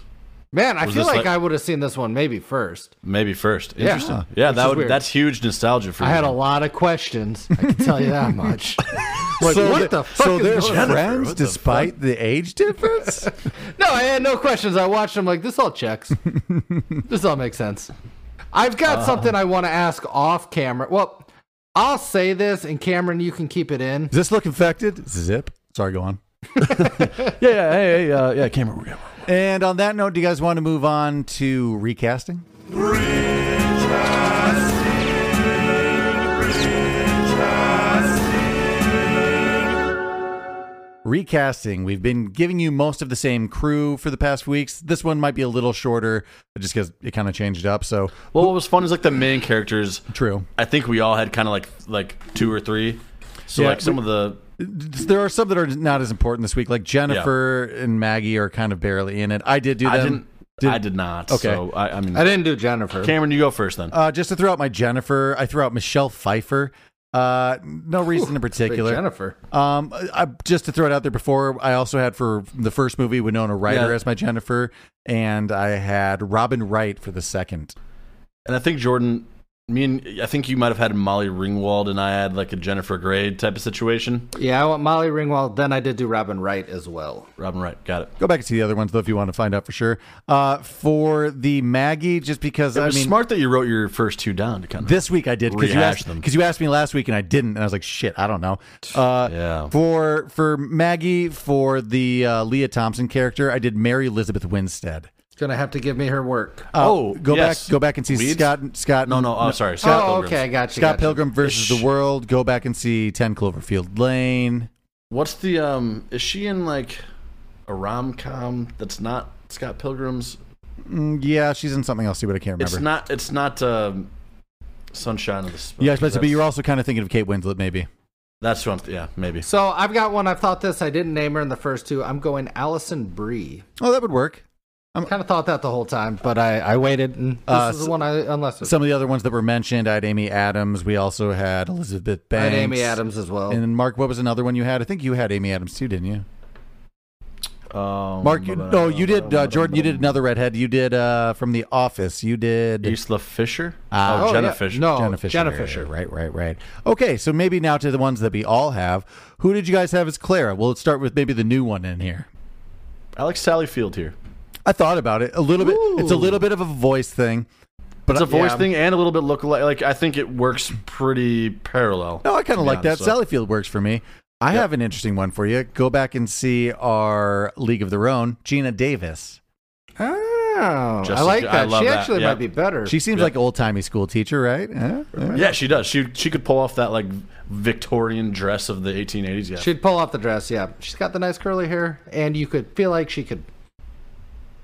S4: Man, I
S3: was
S4: feel
S3: this
S4: like,
S3: like-
S4: I would have seen this one maybe first.
S3: maybe first?
S4: Yeah.
S3: Interesting.
S4: Huh.
S3: Yeah,
S4: Which is
S3: that would,
S4: weird.
S3: that's huge nostalgia for
S4: I
S3: me.
S4: had a lot of questions. I can tell you that much. Like,
S2: so
S4: what
S2: th-
S4: the fuck
S2: so
S4: is
S2: they're
S4: going on?
S2: friends
S3: What the
S2: despite the, age difference.
S4: No, I had no questions. I watched them like this all checks. this all makes sense. I've got
S3: Uh-huh.
S4: something I want to ask off camera. Well, I'll say this, and Cameron, you can keep it in.
S2: Does this look infected? Zip. Sorry, go on.
S3: Yeah, yeah, hey, hey, uh, yeah, camera.
S2: And on that note, do you guys want to move on to recasting? Recasting. We've been giving you most of the same crew for the past weeks. This one might be a little shorter just because it kind of changed up. So,
S3: Well, what was fun is like the main characters.
S2: true.
S3: I think we all had kind of like like two or three. So
S2: Yeah,
S3: like some of the
S2: There are some that are not as important this week, like Jennifer and Maggie are kind of barely in it. I did do them.
S3: I didn't. I did not.
S2: Okay.
S3: So I, I mean,
S4: I didn't do Jennifer.
S3: Cameron, you go first then.
S2: Uh, just to throw out my Jennifer, I threw out Michelle Pfeiffer. Uh, no reason in particular.
S4: Jennifer.
S2: Um, I, just to throw it out there before, I also had for the first movie Winona Ryder
S3: Yeah.
S2: as my Jennifer, and I had Robin Wright for the second.
S3: And I think Jordan, me and I think you might have had Molly Ringwald, and I had like a Jennifer Grey type of situation.
S4: Yeah, I want Molly Ringwald. Then I did do Robin Wright as well.
S3: Robin Wright, got it.
S2: Go back and see the other ones though if you want to find out for sure. Uh, for the Maggie, just because
S3: It
S2: I
S3: was
S2: mean,
S3: smart that you wrote your first two down to kind of
S2: this week I did because you
S3: Rehash
S2: asked
S3: them.
S2: because you asked me last week and I didn't, and I was like, shit, I don't know. Uh,
S3: Yeah.
S2: For for Maggie, for the uh, Leah Thompson character, I did Mary Elizabeth Winstead.
S4: Gonna have to give me her work.
S2: Uh,
S3: Oh,
S2: go
S3: yes.
S2: back, go back and see
S3: Weeds?
S2: Scott. Scott.
S3: No, no. Oh, sorry. Scott
S4: oh,
S3: Pilgrim.
S4: okay, I got you.
S2: Scott
S4: got you.
S2: Pilgrim versus the World. Go back and see Ten Cloverfield Lane.
S3: What's the um? Is she in like a rom com that's not Scott Pilgrim's?
S2: Mm, yeah, she's in something else too, but I can't remember.
S3: It's not. It's not um, Sunshine of the Spoke.
S2: yeah, I suppose, but
S3: That's-
S2: you're also kind of thinking of Kate Winslet, maybe.
S3: That's what. I'm, yeah, maybe.
S4: So I've got one. I've thought this. I didn't name her in the first two. I'm going Allison Brie.
S2: Oh, that would work.
S4: Kind of thought that the whole time, but I, I waited. And this
S2: Uh,
S4: is the one I unless it's
S2: Some of the other ones that were mentioned, I had Amy Adams. We also had Elizabeth
S4: I had
S2: Banks.
S4: Amy Adams as well.
S2: And then Mark, what was another one you had? I think you had Amy Adams too, didn't you?
S3: Um,
S2: Mark, you, no, you did uh, Jordan. You did another redhead. You did uh, from The Office. You did
S3: Isla Fisher.
S2: Ah.
S3: oh,
S4: Oh,
S3: Jenna
S4: yeah.
S3: Fisher.
S4: No,
S2: Jenna Fisher.
S4: Jenna Fisher.
S2: Right, right, right. Okay, so maybe now to the ones that we all have. Who did you guys have as Clara? Well, let's start with maybe the new one in here.
S3: Alex Sallyfield here.
S2: I thought about it a little bit. It's a little bit of a voice thing.
S3: But it's a voice
S4: yeah.
S3: thing and a little bit look alike. Like I think it works pretty parallel.
S2: No, I kind of
S3: To be
S2: like that.
S3: honest, so-
S2: Sallyfield works for me. I have an interesting one for you. Go back and see our League of Their Own, Gina Davis.
S4: Oh,
S3: Just
S4: I
S3: a-
S4: like
S3: I
S4: that.
S3: love
S4: she
S3: that,
S4: actually
S3: yeah.
S4: might be better.
S2: She seems like old timey school teacher, right? Huh? Huh?
S3: Yeah, she does. She she could pull off that like Victorian dress of the 1880s. Yeah,
S4: She'd pull off the dress, yeah. She's got the nice curly hair, and you could feel like she could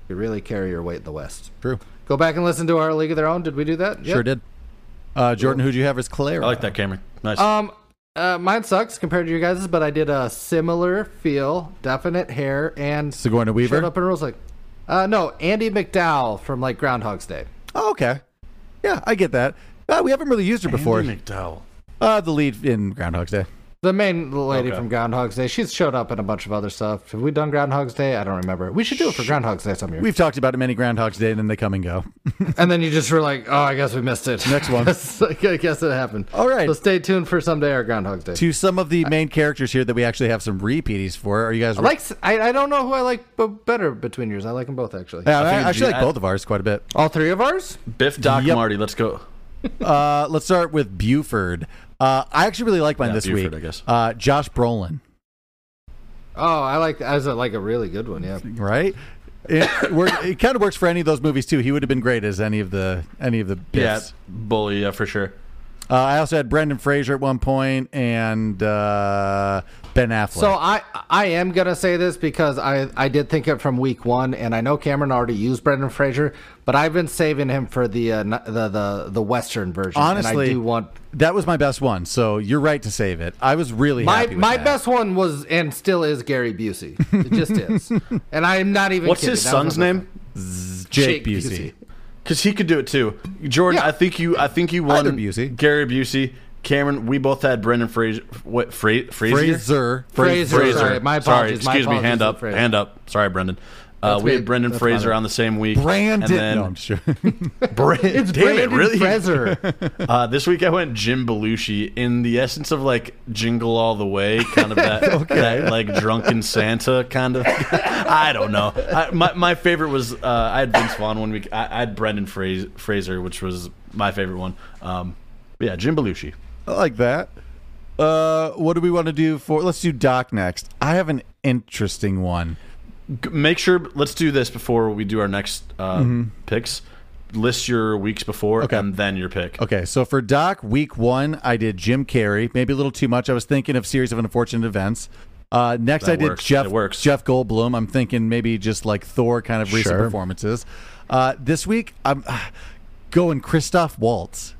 S4: you really carry your weight in the West.
S2: True.
S4: Go back and listen to our League of Their Own. Did we do that?
S2: Sure did. Uh, Jordan, who'd you have as Claire?
S3: I like that, Cameron. Nice.
S4: Um, uh, mine sucks compared to you guys', but I did a similar feel, definite hair, and
S2: Sigourney
S4: showed
S2: Weaver.
S4: up in rules like, uh, no, Andy McDowell from like Groundhog's Day.
S2: Oh, okay. Yeah, I get that. Uh, we haven't really used her before.
S3: Andy McDowell.
S2: Uh, the lead in Groundhog's Day.
S4: The main lady
S3: Okay.
S4: from Groundhog's Day. She's showed up in a bunch of other stuff. Have we done Groundhog's Day? I don't remember. We should do it for Groundhog's Day some year.
S2: We've talked about it many Groundhog's Day, and then they come and go.
S4: And then you just were like, oh, I guess we missed it.
S2: Next one.
S4: I guess I guess it happened.
S2: All right.
S4: So stay tuned for someday our Groundhog's Day.
S2: to some of the main characters here that we actually have some repeaties for. Are you guys
S4: I like, I, I don't know who I like b- better between yours. I like them both, actually.
S2: Yeah, I,
S3: I think
S2: actually
S3: G-
S2: like both of ours quite a bit.
S4: All three of ours?
S3: Biff, Doc,
S2: Yep.
S3: Marty. Let's go.
S2: Uh, let's start with Buford. Uh, I actually really like mine
S3: Yeah,
S2: this week.
S3: Buford, I guess.
S2: Uh, Josh Brolin,
S4: Oh, I like, as a, like a really good one, yeah.
S2: right? It, wor- it kind of works for any of those movies too. He would have been great as any of the any of the bits.
S3: Yeah, bully. Yeah, for sure.
S2: Uh, I also had Brendan Fraser at one point and uh, Ben Affleck.
S4: So I I am gonna say this because I I did think it from week one, and I know Cameron already used Brendan Fraser, but I've been saving him for the uh, n- the, the the Western version. and I
S2: Honestly,
S4: do want
S2: that was my best one. So you're right to save it. I was really
S4: my
S2: happy with
S4: my
S2: that.
S4: best one was and still is Gary Busey. It just is, and I'm not even.
S3: What's
S4: kidding.
S3: his
S4: That was my
S3: son's
S4: best
S3: name?
S4: one.
S2: Jake,
S4: Jake
S2: Busey.
S4: Busey.
S3: Because he could do it too. Jordan,
S4: Yeah.
S3: I think you. I think you won.
S2: Either Busey.
S3: Gary Busey. Cameron, we both had Brendan Fraser. What Fra- Frazier?
S2: Fraser.
S4: Fraser. Sorry, my
S3: Sorry,
S4: apologies. my
S3: excuse me.
S4: apologies
S3: Hand
S4: for
S3: up.
S4: Fraser.
S3: Hand up. Sorry, Brendan. Uh,
S4: That's
S3: we
S4: me.
S3: had Brendan
S4: That's
S3: Fraser
S4: fine.
S3: on the same week.
S2: Brandon.
S3: And then,
S2: no, I'm sure.
S3: Brandon.
S4: It's
S3: damn it,
S4: Brandon
S3: really?
S4: Fraser.
S3: Uh, this week I went Jim Belushi in the essence of like Jingle All the Way, kind of that, that like drunken Santa kind of. I don't know. I, my, my favorite was uh, I had Vince Vaughn one week. I, I had Brendan Fra- Fraser, which was my favorite one. Um, but yeah, Jim Belushi.
S2: I like that. Uh, what do we want to do for? Let's do Doc next. I have an interesting one.
S3: G- Make sure. Let's do this before we do our next uh, picks. List your weeks before
S2: Mm-hmm. Okay.
S3: and then your pick.
S2: Okay, so for Doc, week one, I did Jim Carrey. Maybe a little too much. I was thinking of series of unfortunate events. Uh, next,
S3: That
S2: I did
S3: works.
S2: Jeff
S3: That works.
S2: Jeff Goldblum. I'm thinking maybe just like Thor, kind of recent
S4: Sure.
S2: performances. Uh, this week, I'm ah, going Christoph Waltz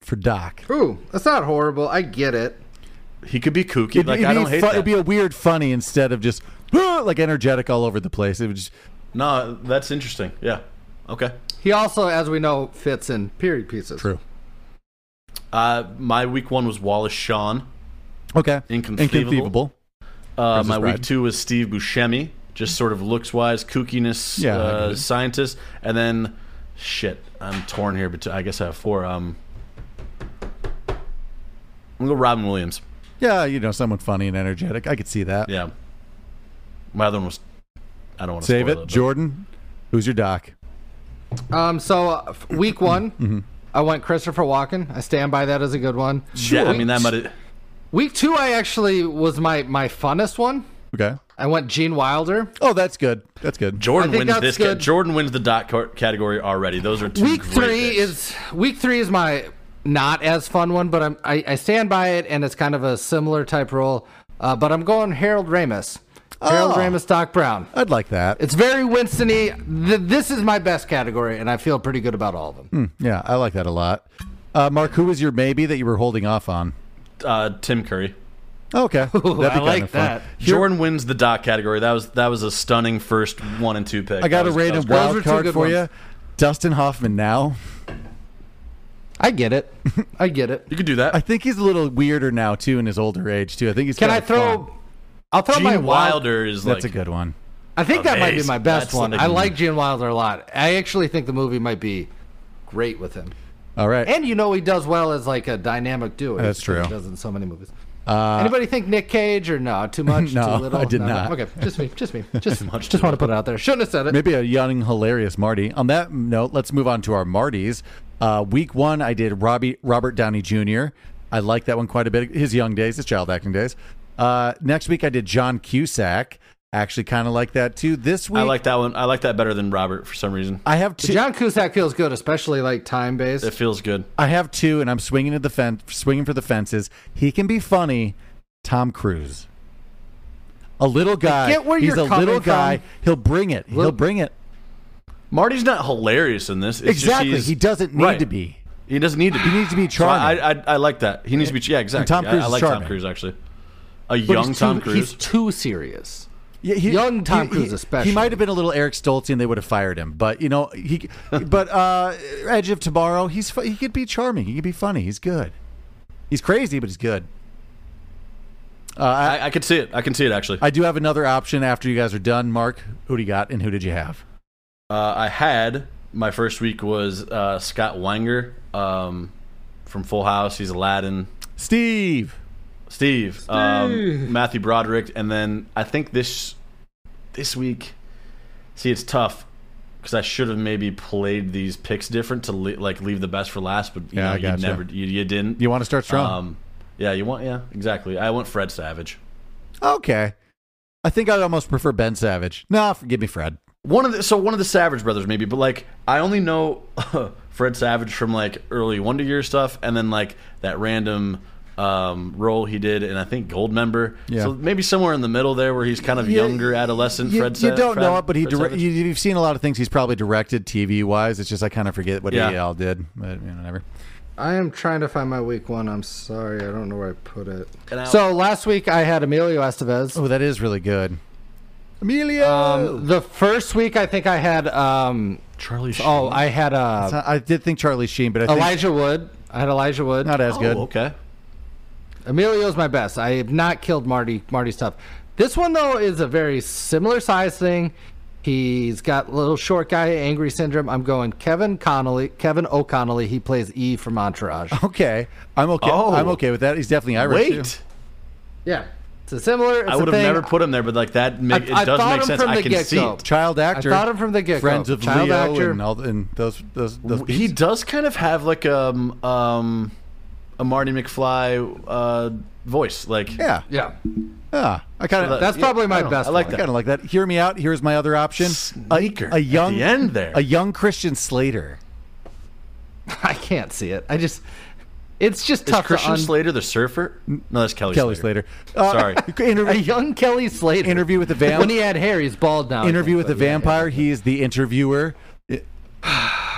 S2: for Doc.
S4: Ooh, that's not horrible. I get it.
S3: He could be kooky. like
S2: it'd
S3: I
S2: be
S3: don't hate
S2: fu-
S3: that.
S2: It'd be a weird funny instead of just "Ah," like energetic all over the place. It would just
S3: no, that's interesting. Yeah. Okay.
S4: He also, as we know, fits in period pieces.
S2: true.
S3: Uh, my week one was Wallace Shawn.
S2: Okay,
S3: Inconceivable.
S2: inconceivable.
S3: Uh,
S2: Princess
S3: my
S2: Bride.
S3: week two was Steve Buscemi, just sort of looks wise, kookiness,
S2: Yeah, I get
S3: uh,
S2: it.
S3: scientist, and then shit, I'm torn here, but I guess I have four. Um, I'm gonna go Robin Williams.
S2: Yeah, you know, someone funny and energetic. I could see that.
S3: Yeah, my other one was I don't want to
S2: Save
S3: spoil
S2: it,
S3: but-
S2: Jordan. Who's your doc?
S4: Um, so uh, f- week one,
S3: Mm-hmm.
S4: I went Christopher Walken. I stand by that as a good one.
S3: Yeah, I mean that might.
S4: Week two, I actually was my my funnest one.
S2: Okay.
S4: I went Gene Wilder.
S2: Oh, that's good. That's good.
S3: Jordan
S4: I think
S3: wins
S4: that's
S3: this. ca-
S4: good.
S3: Jordan wins the dot car- category already. Those are two.
S4: Week
S3: great
S4: three
S3: picks.
S4: is week three is my not as fun one, but I'm, I I stand by it, and it's kind of a similar type role. Uh, but I'm going Harold Ramis. Harold
S2: Oh.
S4: Ramis, Doc Brown.
S2: I'd like that.
S4: It's very Winston-y. Th- this is my best category, and I feel pretty good about all of them.
S2: Hmm. yeah, I like that a lot. Uh, Mark, who was your maybe that you were holding off on? Oh,
S3: uh, Tim Curry.
S2: Okay, that'd be
S4: I
S2: kinda
S4: like
S2: fun.
S4: that.
S3: Jordan wins the dot category. That was that was a stunning first one and two pick.
S2: I got
S3: That
S2: a
S3: was- that was
S2: random
S3: great.
S4: Those
S2: wild
S4: are two
S2: card
S4: good
S2: for you.
S4: ones.
S2: Dustin Hoffman. Now,
S4: I get it. I get it.
S3: You could do that.
S2: I think he's a little weirder now too in his older age too. I think he's.
S4: Can I
S2: kinda
S4: throw?
S2: fun.
S4: I'll throw my
S3: Gene
S4: wild.
S3: Wilder is like
S2: That's a good one.
S4: I think that might be
S3: Amazing.
S4: my best
S3: That's
S4: one.
S3: like-
S4: I like Gene Wilder a lot. I actually think the movie might be great with him.
S2: All right.
S4: And you know he does well as like a dynamic duo.
S2: That's true. Uh,
S4: He does in so many movies. Anybody think Nick Cage or no? Too much?
S2: No,
S4: too little?
S2: I did
S4: No, no.
S2: not.
S4: Okay, just me. Just me. Just
S3: much,
S4: Just
S3: too
S4: want to put it out there. Shouldn't have said it.
S2: Maybe a yawning, hilarious Marty. On that note, let's move on to our Martys. Uh, week one, I did Robbie Robert Downey Jr. I like that one quite a bit. His young days, his child acting days. Uh, next week I did John Cusack. Actually, kind of like that too. This week
S3: I like that one. I like that better than Robert for some reason.
S2: I have two.
S4: John Cusack feels good, especially like time based.
S3: It feels good.
S2: I have two, and I'm swinging at the fence, swinging for the fences. He can be funny. Tom Cruise, a little guy.
S4: get where
S2: He's
S4: you're
S2: a
S4: coming
S2: little guy.
S4: from.
S2: He'll bring it. He'll
S4: Look-
S2: bring it.
S3: Marty's not hilarious in this. It's just
S2: Exactly.
S3: he's-
S2: He doesn't need
S3: Right.
S2: to be.
S3: He doesn't need to be.
S2: He needs to be
S3: So
S2: charming.
S3: I, I I like that. He needs to be. Yeah, exactly.
S2: Tom Cruise
S3: I, I
S2: is
S3: like
S2: charming.
S3: Tom Cruise actually. A
S4: But he's
S3: young Tom
S4: too-
S3: Cruise.
S4: He's too serious.
S2: Yeah, he,
S4: Young Tom Cruise
S2: he,
S4: especially.
S2: He might have been a little Eric Stoltz, and they would have fired him. But you know, he. but uh, Edge of Tomorrow, he's fu- he could be charming. He could be funny. He's good. He's crazy, but he's good.
S3: I, I could see it. I can see it actually.
S2: uh, I do have another option after you guys are done. Mark, who do you got, and who did you have?
S3: Uh, I had my first week was uh, Scott Wanger um, from Full House. He's Aladdin.
S2: Steve.
S3: Steve, Um, Matthew Broderick, and then I think this this week. See, it's tough because I should have maybe played these picks different to le- like leave the best for last, but you
S2: Yeah, I
S3: know, you
S2: gotcha.
S3: never you, you didn't.
S2: You want to start strong?
S3: Um, yeah, you want yeah exactly. I want Fred Savage.
S2: okay. I think I'd almost prefer Ben Savage. Nah, forgive me, Fred.
S3: One of the so one of the Savage brothers maybe, but like I only know Fred Savage from like early Wonder Year stuff, and then like that random um, role he did, and I think Gold Member.
S2: Yeah.
S3: So maybe somewhere in the middle there, where he's kind of
S2: Yeah,
S3: younger, adolescent.
S2: You,
S3: Fred.
S2: you
S3: Sa-
S2: don't
S3: Fred-
S2: know it, but he
S3: Fred
S2: dire-
S3: Savage.
S2: you, you've seen a lot of things he's probably directed TV wise. It's just I kind of forget what he
S3: Yeah.
S2: all did, but you know, whatever.
S4: I am trying to find my week one. I'm sorry, I don't know where I put it.
S3: And I-
S4: So last week I had Emilio Estevez.
S2: Oh, that is really good. Emilio.
S4: Um, the first week I think I had. Um,
S3: Charlie. Sheen.
S4: oh, I had
S2: So
S4: uh,
S2: I did think Charlie Sheen, but I think
S4: Elijah Wood. I had Elijah Wood.
S2: not as
S3: Oh,
S2: good.
S3: okay.
S4: Emilio's my best. I have not killed Marty. Marty's tough. This one though is a very similar size thing. He's got little short guy angry syndrome. I'm going Kevin Connolly. Kevin O'Connolly. He plays E from Entourage.
S2: Okay, I'm okay.
S3: Oh.
S2: I'm okay with that. He's definitely Irish.
S3: Wait,
S2: too.
S4: yeah, it's a similar. It's
S3: I
S4: a
S3: would have
S4: thing.
S3: never put him there, but like that, ma-
S4: I-
S3: it
S4: I
S3: does
S4: thought
S3: make
S4: him
S3: sense.
S4: from
S3: I
S4: the
S3: can see.
S4: get-go.
S3: it.
S2: child actor.
S4: thought him from the get-go.
S2: Friends of
S4: Child
S2: Leo
S4: actor.
S2: and all and those those those.
S3: He
S2: peeps.
S3: does kind of have like um um a Marty McFly uh voice, like uh,
S2: yeah,
S4: Yeah,
S2: yeah. I kind of
S4: that's probably my
S3: I
S4: best.
S3: I like
S2: I
S4: one.
S2: kind of like that. Hear me out. Here's my other option.
S3: Sneaker
S2: a, a young
S3: at the end there.
S2: a young Christian Slater.
S4: I can't see it. I just. It's just
S3: Is
S4: tough to
S3: Christian
S4: un-
S3: Slater the surfer? No, that's Kelly.
S2: Kelly Slater.
S3: Slater.
S2: Uh,
S3: Sorry.
S4: a
S2: interview
S4: young Kelly Slater.
S2: Interview with the vamp-
S4: When he had hair, he's bald now. I
S2: interview
S4: think,
S2: with the
S4: but yeah, yeah.
S2: vampire. He is the interviewer. It-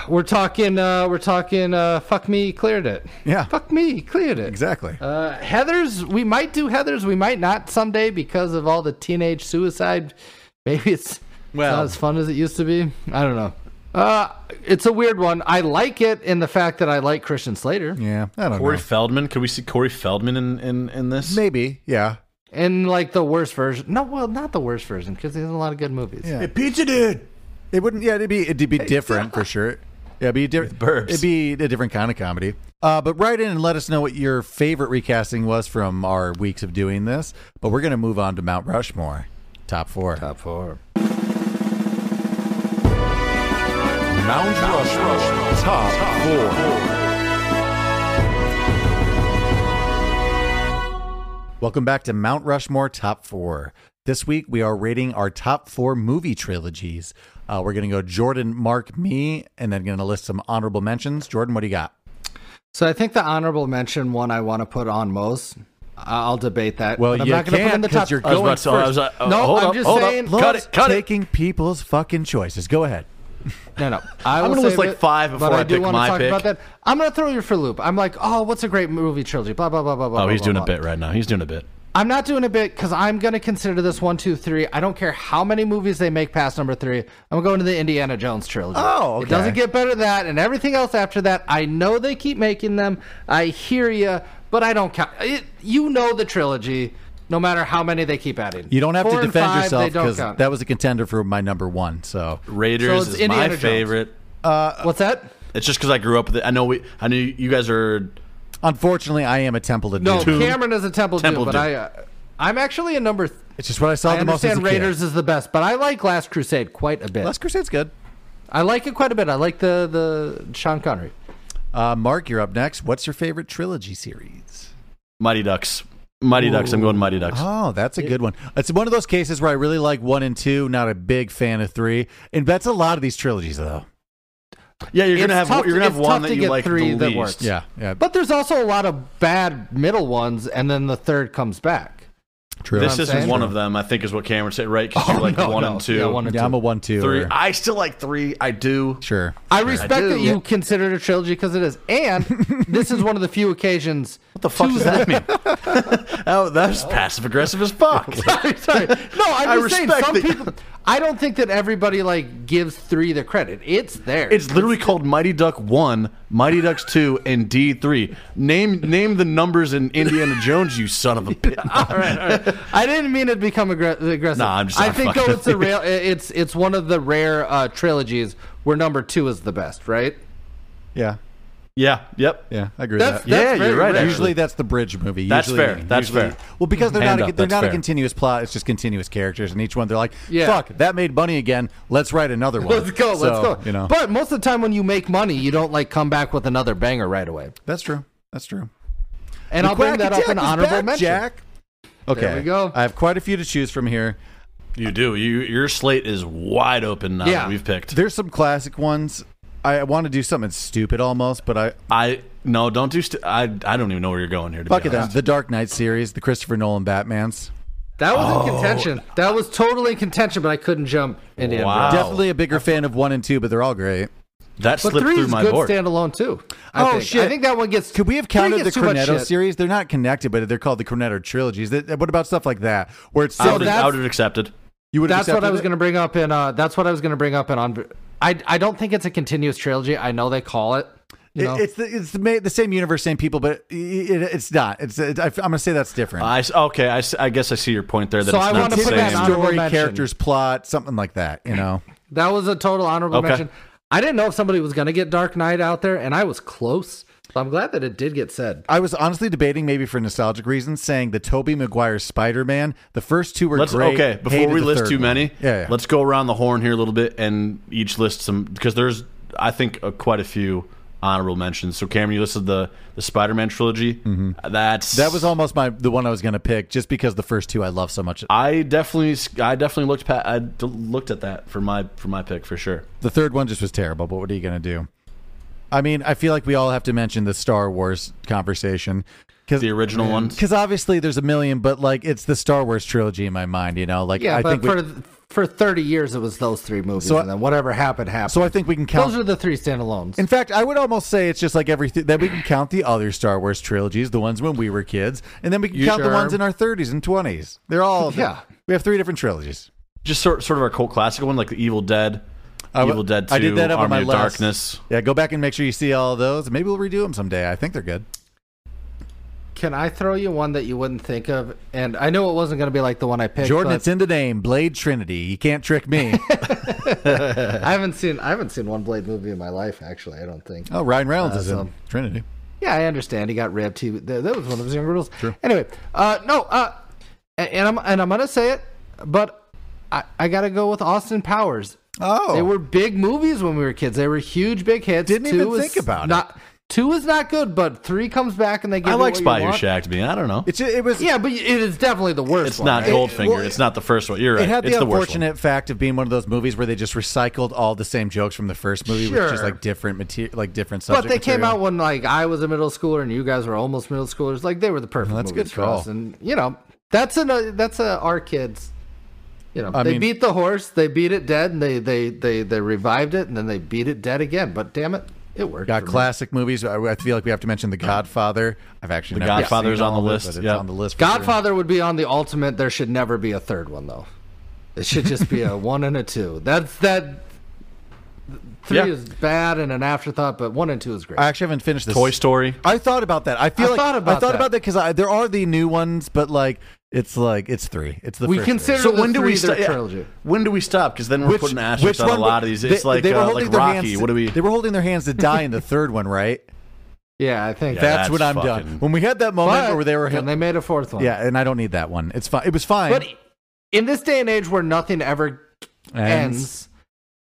S4: We're talking. Uh, we're talking. Uh, fuck me, cleared it.
S2: Yeah.
S4: Fuck me, cleared it.
S2: exactly.
S4: Uh, Heather's. We might do Heather's. We might not someday because of all the teenage suicide. Maybe it's
S2: Well-
S4: not as fun as it used to be. I don't know. Uh, it's a weird one. I like it in the fact that I like Christian Slater
S2: yeah, I don't
S3: Corey
S2: know.
S3: Feldman. Could we see Corey Feldman in in, in this?
S2: Maybe. Yeah.
S4: and like the worst version. No, well, not the worst version because he's in a lot of good movies.
S2: Yeah.
S3: pizza dude.
S2: It wouldn't. Yeah, it'd be it'd be different for sure. Yeah, it'd be different.
S3: burps.
S2: It'd be a different kind of comedy. Uh, but write in and let us know what your favorite recasting was from our weeks of doing this. But we're gonna move on to Mount Rushmore, top four.
S4: Top four.
S2: Mount Rushmore, top four. Welcome back to Mount Rushmore Top 4. This week we are rating our top four movie trilogies. Uh, we're going to go Jordan, Mark, me, and then going to list some honorable mentions. Jordan, what do you got?
S4: So I think the honorable mention one I want to put on most. I- I'll debate that.
S2: Well,
S4: but I'm
S2: you
S4: not gonna put
S2: can't
S4: in the
S2: 'cause
S4: top.
S2: you're
S3: I was
S2: Going
S3: about to tell. I was like, oh,
S4: No,
S3: hold
S4: I'm
S3: up,
S4: just
S3: hold up.
S4: saying-
S3: Cut it. Cut it.
S2: taking people's fucking choices. Go ahead.
S4: No, no. I
S3: I'm
S4: will
S3: gonna list,
S4: save
S3: like,
S4: it,
S3: five before
S4: but I,
S3: I
S4: do
S3: pick
S4: wanna
S3: my
S4: talk
S3: pick.
S4: About that. I'm going to throw you for a loop. I'm like, oh, what's a great movie trilogy? Blah blah blah blah blah.
S3: Oh, he's
S4: blah,
S3: doing
S4: blah,
S3: a bit right now. He's doing a bit.
S4: I'm not doing a bit because I'm going to consider this one, two, three. I don't care how many movies they make past number three. I'm going to the Indiana Jones trilogy.
S2: Oh,
S4: it doesn't
S2: okay.
S4: get better than that, and everything else after that. I know they keep making them. I hear you, but I don't count. It, you know the trilogy, no matter how many they keep adding.
S2: You don't have
S4: Four
S2: to
S4: and
S2: defend
S4: five,
S2: yourself
S4: they don't
S2: because
S4: count.
S2: that was a contender for my number one. So
S3: Raiders
S4: it's
S3: is
S4: Indiana
S3: my
S4: Jones.
S3: favorite.
S4: What's that?
S3: It's just because I grew up with it. I know we. I knew you guys are.
S2: unfortunately, I am a Temple to
S4: No,
S2: Doom.
S4: Cameron is a Temple,
S3: Temple
S4: Doom, but
S3: Doom.
S4: I, uh, I'm actually a number. Th-
S2: It's just what I saw
S4: I
S2: the most as a
S4: understand
S2: kid.
S4: Raiders is the best, but I like Last Crusade quite a bit.
S2: Last Crusade's good.
S4: I like it quite a bit. I like the the Sean Connery.
S2: Uh, Mark, you're up next. What's your favorite trilogy series?
S3: Mighty Ducks. Mighty Ducks. I'm going Mighty
S4: Uh-huh.
S3: Ducks.
S2: Oh, that's a good one. It's one of those cases where I really like one and two, not a big fan of three. And that's a lot of these trilogies, though.
S3: yeah, you're
S4: it's
S3: gonna have
S4: tough
S3: one- you're
S4: to-
S3: gonna have
S4: it's
S3: one
S4: tough
S3: that
S4: to
S3: you
S4: get
S3: like
S4: three
S3: the
S4: that
S3: least.
S4: works.
S2: Yeah, yeah.
S4: But there's also a lot of bad middle ones, and then the third comes back.
S2: True.
S3: This
S4: I'm
S3: is
S4: saying?
S3: one of them. I think is what Cameron said, right? Because
S4: Oh,
S3: you like
S4: no,
S3: one
S4: no.
S3: and two,
S4: Yeah, one and
S2: yeah, I'm a one, two.
S3: three.
S2: or-
S3: I still like three. I do.
S2: sure.
S4: I respect
S3: do.
S4: that you consider it a trilogy because it is, and this is one of the few occasions.
S3: What the fuck does that mean? oh, that's passive aggressive as fuck.
S4: Sorry, sorry. No, I'm
S3: I
S4: just saying
S3: respect
S4: some
S3: that-
S4: people. I don't think that everybody like gives three the credit. It's there.
S3: It's literally called Mighty Duck One, Mighty Ducks Two, and D three. Name name the numbers in Indiana Jones, you son of a bitch.
S4: all right, all right. I didn't mean it become aggr- aggressive.
S3: Nah, I'm just-
S4: I
S3: I'm
S4: think
S3: fucking
S4: though it's a
S3: with you.
S4: real. It's it's one of the rare uh, trilogies where number two is the best, right?
S2: Yeah,
S3: Yeah, yep.
S2: yeah. I agree
S4: That's,
S2: with that.
S4: that's
S3: Yeah,
S4: very
S3: you're right,
S4: rare.
S3: actually.
S2: Usually that's the bridge movie.
S3: That's
S2: Usually-
S3: fair. That's
S2: usually-
S3: fair.
S2: Well, because they're
S3: Hand
S2: not a,
S3: up.
S2: they're
S3: That's
S2: not a
S3: fair.
S2: continuous plot. It's just continuous characters, and each one they're like,
S4: Yeah.
S2: "Fuck, that made money again. Let's write another one."
S4: Let's go. let's
S2: So,
S4: go.
S2: You know,
S4: But most of the time, when you make money, you don't like come back with another banger right away.
S2: that's true. That's true.
S4: And
S2: The
S4: I'll bring
S2: Quack
S4: that up
S2: Attack
S4: in
S2: is
S4: honorable
S2: back,
S4: mention.
S2: Jack. Okay,
S4: we go.
S2: I have quite a few to choose from here.
S3: You do. You your slate is wide open now.
S4: Yeah.
S3: that we've picked.
S2: There's some classic ones. I want to do something stupid almost, but I
S3: I no, don't do. St- I I don't even know where you're going here. To
S2: fuck
S3: be
S2: it. Then.
S3: honest.
S2: The Dark Knight series, the Christopher Nolan Batman's,
S4: That was
S2: Oh.
S4: in contention. That was totally in contention, but I couldn't jump Indiana
S3: Wow.
S4: Jones.
S2: definitely a bigger fan of one and two, but they're all great.
S3: That
S4: But
S3: slipped
S4: three
S3: through
S4: is
S3: my
S4: good
S3: board.
S4: standalone too. I
S2: Oh,
S4: think. I
S2: shit.
S4: think that one gets.
S2: Could we have
S4: three
S2: counted the
S4: gets too much
S2: Cornetto
S4: shit.
S2: series? They're not connected, but they're called the Cornetto trilogies. That- What about stuff like that, where it's
S3: I
S4: So
S3: would have-
S4: that's-
S3: I would have accepted.
S2: you would
S4: That's what I was
S2: going
S4: going to bring up in. Uh, that's what I was going to bring up in on. I I don't think it's a continuous trilogy. I know they call it. You know?
S2: It, it's the, it's the, ma- the same universe, same people, but it, it, it's not. It's it, I, am gonna say that's different.
S3: I s- okay. I, s- I guess I see your point there. That
S4: So
S3: it's
S4: I
S3: not
S4: wanna
S3: the
S4: put
S3: same.
S4: that on- honorable
S2: Story,
S4: mention.
S2: characters, plot, something like that. You know,
S4: that was a total honorable
S3: Okay.
S4: mention. I didn't know if somebody was going to get Dark Knight out there, and I was close. So I'm glad that it did get said.
S2: I was honestly debating maybe for nostalgic reasons, saying the Toby Maguire Spider Man. The first two were
S3: Let's
S2: great.
S3: okay. Before
S2: hated
S3: we
S2: the
S3: list
S2: third
S3: too
S2: one.
S3: many,
S2: yeah, yeah.
S3: let's go around the horn here a little bit and each list some because there's I think uh, quite a few honorable mentions. So Cameron, you listed the the Spider-Man trilogy. Mm-hmm. That's
S2: that was almost my the one I was gonna pick just because the first two I love so much.
S3: I definitely s- I definitely looked pa- I d- looked at that for my for my pick for sure.
S2: The third one just was terrible, but what are you going to do? I mean, I feel like we all have to mention the Star Wars conversation
S3: The original ones.
S2: because obviously there's a million, but like it's the Star Wars trilogy in my mind, you know. Like
S4: Yeah,
S2: I
S4: but
S2: think we,
S4: for for 30 years it was those three movies,
S2: So I-
S4: and then whatever happened happened.
S2: so I think we can count.
S4: those are the three standalones.
S2: in fact, I would almost say it's just like everything that we can count the other Star Wars trilogies, the ones when we were kids, and then we can
S4: You
S2: count
S4: sure?
S2: the ones in our 30s and 20s. They're all
S4: Yeah.
S2: We have three different trilogies.
S3: Just sort sort of our cult classic one like the Evil Dead,
S2: I w-
S3: Evil Dead 2,
S2: I did that up on
S3: Army
S2: my
S3: of
S2: list.
S3: Darkness.
S2: Yeah, go back and make sure you see all those. Maybe we'll redo them someday. I think they're good.
S4: Can I throw you one that you wouldn't think of? And I know it wasn't going to be like the one I picked.
S2: Jordan,
S4: but
S2: it's in the name, Blade Trinity. You can't trick me.
S4: I haven't seen I haven't seen one Blade movie in my life. Actually, I don't think.
S2: Oh, Ryan Reynolds is in
S4: Awesome.
S2: Trinity.
S4: Yeah, I understand. He got ripped. He that that was one of his younger rules. Anyway, uh, no, uh, and, and I'm and I'm gonna say it, but I, I gotta go with Austin Powers.
S2: Oh,
S4: They were big movies when we were kids. They were huge, big hits.
S2: Didn't even
S4: is
S2: think about it.
S4: not, Two is not good, but three comes back and they give.
S3: I
S4: you
S3: like
S4: what you
S3: Spy Who
S4: want.
S3: Shagged Me. I don't know.
S2: it's it was.
S4: Yeah, but it is definitely the worst.
S3: It's
S4: one,
S3: not
S4: right?
S3: Goldfinger.
S2: well,
S3: it's not the first one. You're right.
S2: It had the
S3: it's the worst one.
S2: unfortunate fact of being one of those movies where they just recycled all the same jokes from the first movie with just
S4: Sure.
S2: like different material, like different
S4: But
S2: subject.
S4: they came
S2: material.
S4: out when like I was a middle schooler and you guys were almost middle schoolers. Like they were the perfect.
S2: That's a
S4: movies
S2: good
S4: for
S2: call.
S4: us. And you know that's an uh, that's uh, our kids. You know
S2: I
S4: they
S2: mean-
S4: beat the horse, they beat it dead, and they they they they revived it, and then they beat it dead again. But damn it, it worked.
S2: Got
S4: for me. Uh-huh.
S2: classic movies. I I feel like we have to mention The Godfather. I've actually
S3: The
S2: never
S3: Godfather's
S2: seen
S3: on the
S2: all of it,
S3: list,
S2: but it's
S3: yeah.
S2: on the list. for
S4: Godfather would be on the ultimate. There should never be a third one though. It should just be a one and a two. That's that. Three
S3: Yeah.
S4: is bad and an afterthought, but one and two is great.
S2: sure. I actually haven't finished this.
S3: Toy Story.
S2: I thought about that. I feel
S4: I
S2: like
S4: thought about
S2: I thought
S4: that.
S2: about that because there are the new ones, but like it's like it's three. It's the
S4: we
S2: first three.
S4: consider
S3: So
S4: the
S3: when do we
S4: three their
S3: stop? yeah.
S4: trilogy.
S3: When do we stop? Because then we're putting an asterisk on a
S2: would-
S3: lot of these. It's like uh,
S2: holding
S3: like
S2: their
S3: Rocky.
S2: hands-
S3: What do we?
S2: They were holding their hands to die in the third one, right?
S4: Yeah, I think
S3: Yeah,
S2: That's,
S3: that's
S2: when I'm
S3: fucking-
S2: done. When we had that moment where they were,
S4: and they made a fourth one.
S2: yeah, and I don't need that one. It's fine. It was fine.
S4: but in this day and age where nothing ever
S2: And-
S4: ends,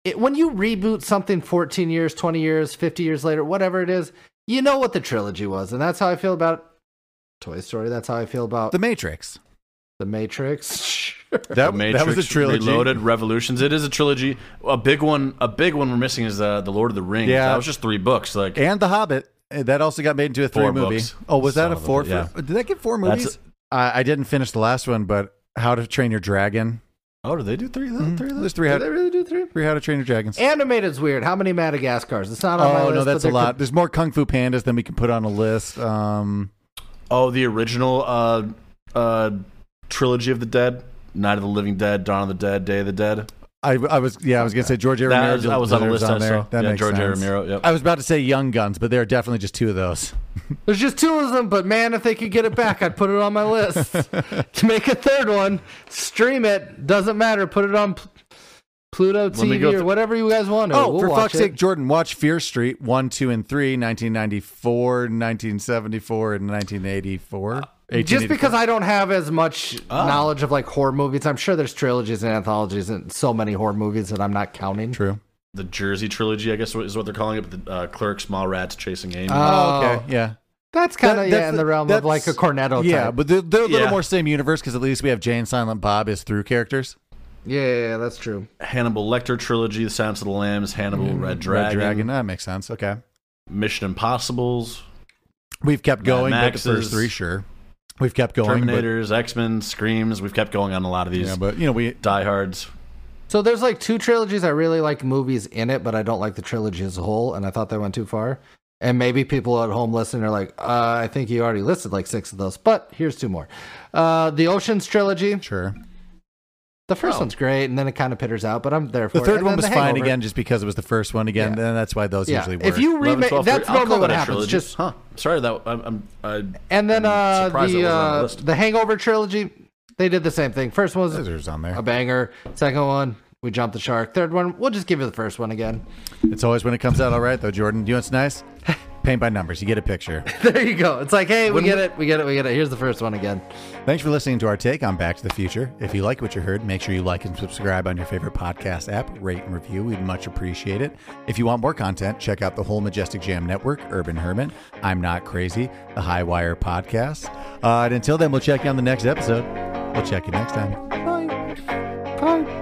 S4: it, when you reboot something 14 years, 20 years, 50 years later, whatever it is, you know what the trilogy was, and that's how I feel about Toy Story. That's how I feel about
S2: The
S4: the,
S2: Matrix.
S4: Matrix. Sure.
S2: That,
S3: The
S2: that was a trilogy.
S3: Reloaded, Revolutions. It is a trilogy. A big one. A big one we're missing is uh, the Lord of the Rings.
S2: Yeah.
S3: that was just three books. Like
S2: And The Hobbit. Uh, That also got made into a three
S3: Four
S2: movie.
S3: books.
S2: Oh, was
S3: Son
S2: that a
S3: of a
S2: four?
S3: bitch. Yeah.
S2: for- Did that get four
S3: That's-
S2: movies? I I I didn't finish the last one, but How to Train Your Dragon.
S3: oh, did they do three? Of those? Three of those?
S2: Mm-hmm. There's three how,
S4: Did they really do three?
S2: three how to Train Your Dragons.
S4: Animated's weird. How many Madagascars? It's not on my
S2: Oh
S4: list.
S2: no,
S4: but
S2: that's a
S4: there
S2: lot.
S4: could-
S2: There's more Kung Fu Pandas than we can put on a list. Um,
S3: Oh, the original uh, uh, trilogy of the Dead: Night of the Living Dead, Dawn of the Dead, Day of the Dead.
S2: I, I was yeah, I was gonna say George A.
S3: That
S2: Romero.
S3: was- that was on the list I saw.
S2: That
S3: Yeah,
S2: makes
S3: George A.
S2: sense.
S3: Romero, yep.
S2: I was about to say Young Guns, but there are definitely just two of those.
S4: There's just two of them, but man, if they could get it back, I'd put it on my list. to make a third one, stream it. Doesn't matter. Put it on P- Pluto
S3: me
S4: TV
S3: go
S4: or
S3: th-
S4: whatever you guys want. to.
S2: Oh,
S4: We'll
S2: for
S4: watch
S2: fuck's
S4: it.
S2: sake, Jordan, watch Fear Street 1, 2, and 3, 1994, 1974, and 1984.
S4: Just
S2: 1884.
S4: because I don't have as much
S2: Oh.
S4: knowledge of like horror movies, I'm sure there's trilogies and anthologies and so many horror movies that I'm not counting.
S2: True.
S3: The Jersey trilogy, I guess, is what they're calling it. But the uh, Clerks, Mallrats, Chasing Amy.
S2: Oh,
S4: Oh.
S2: okay. Yeah.
S4: That's kind of
S2: That-
S4: yeah
S2: that's
S4: in
S2: the-
S4: the realm
S2: that's-
S4: of like a Cornetto.
S2: Yeah,
S4: type.
S2: but they're, they're a little
S3: Yeah.
S2: more same universe because at least we have Jane, Silent Bob as through characters.
S4: yeah, yeah, yeah, that's true.
S3: Hannibal Lecter trilogy, The Silence of the Lambs, Hannibal, Red, Dragon,
S2: Mm, Red Dragon. That makes sense. Okay.
S3: Mission Impossibles,
S2: We've kept going, but the first
S3: Max's.
S2: three, sure. We've kept going. but-
S3: Terminators, X Men, Screams. We've kept going on a lot of these
S2: yeah, but, you know, we.
S3: diehards.
S4: So there's like two trilogies I really like movies in it, but I don't like the trilogy as a whole, and I thought they went too far. And maybe people at home listening are like, uh, I think you already listed like six of those, but here's two more. Uh, the Ocean's trilogy.
S2: Sure.
S4: The first
S2: Oh.
S4: one's great, and then it kind of pitters out, but I'm there for
S2: The
S4: it.
S2: third
S4: And
S2: one
S4: then
S2: was
S4: The
S2: fine
S4: Hangover.
S2: again just because it was the first one again.
S4: Yeah.
S2: And that's why those
S4: Yeah.
S2: usually work.
S4: If you
S3: 11,
S4: remake,
S3: 12, 13.
S4: that's
S3: I'll
S4: normally
S3: call
S4: what
S3: that a
S4: happens.
S3: trilogy.
S4: Just
S3: huh? Sorry that I'm. I'm I,
S4: and then
S3: I'm
S4: uh,
S3: surprised
S4: the
S3: that wasn't on the
S4: uh,
S3: list.
S4: the Hangover trilogy. They did the same thing. First one was
S2: Scissors on there.
S4: a banger. Second one, we jumped the shark. Third one, we'll just give you the first one again.
S2: It's always when it comes out all right, though, Jordan. You know what's nice? Paint by numbers. You get a picture.
S4: There you go. It's like, hey,
S3: When
S4: we get
S3: we-
S4: it, we get it, we get it. Here's the first one again.
S2: Thanks for listening to our take on Back to the Future. If you like what you heard, make sure you like and subscribe on your favorite podcast app, rate and review. We'd much appreciate it. If you want more content, check out the whole Majestic Jam Network, Urban Hermit, I'm Not Crazy, the High Wire Podcast. Uh, and until then, we'll check you on the next episode. We'll check you next time.
S4: Bye. Bye.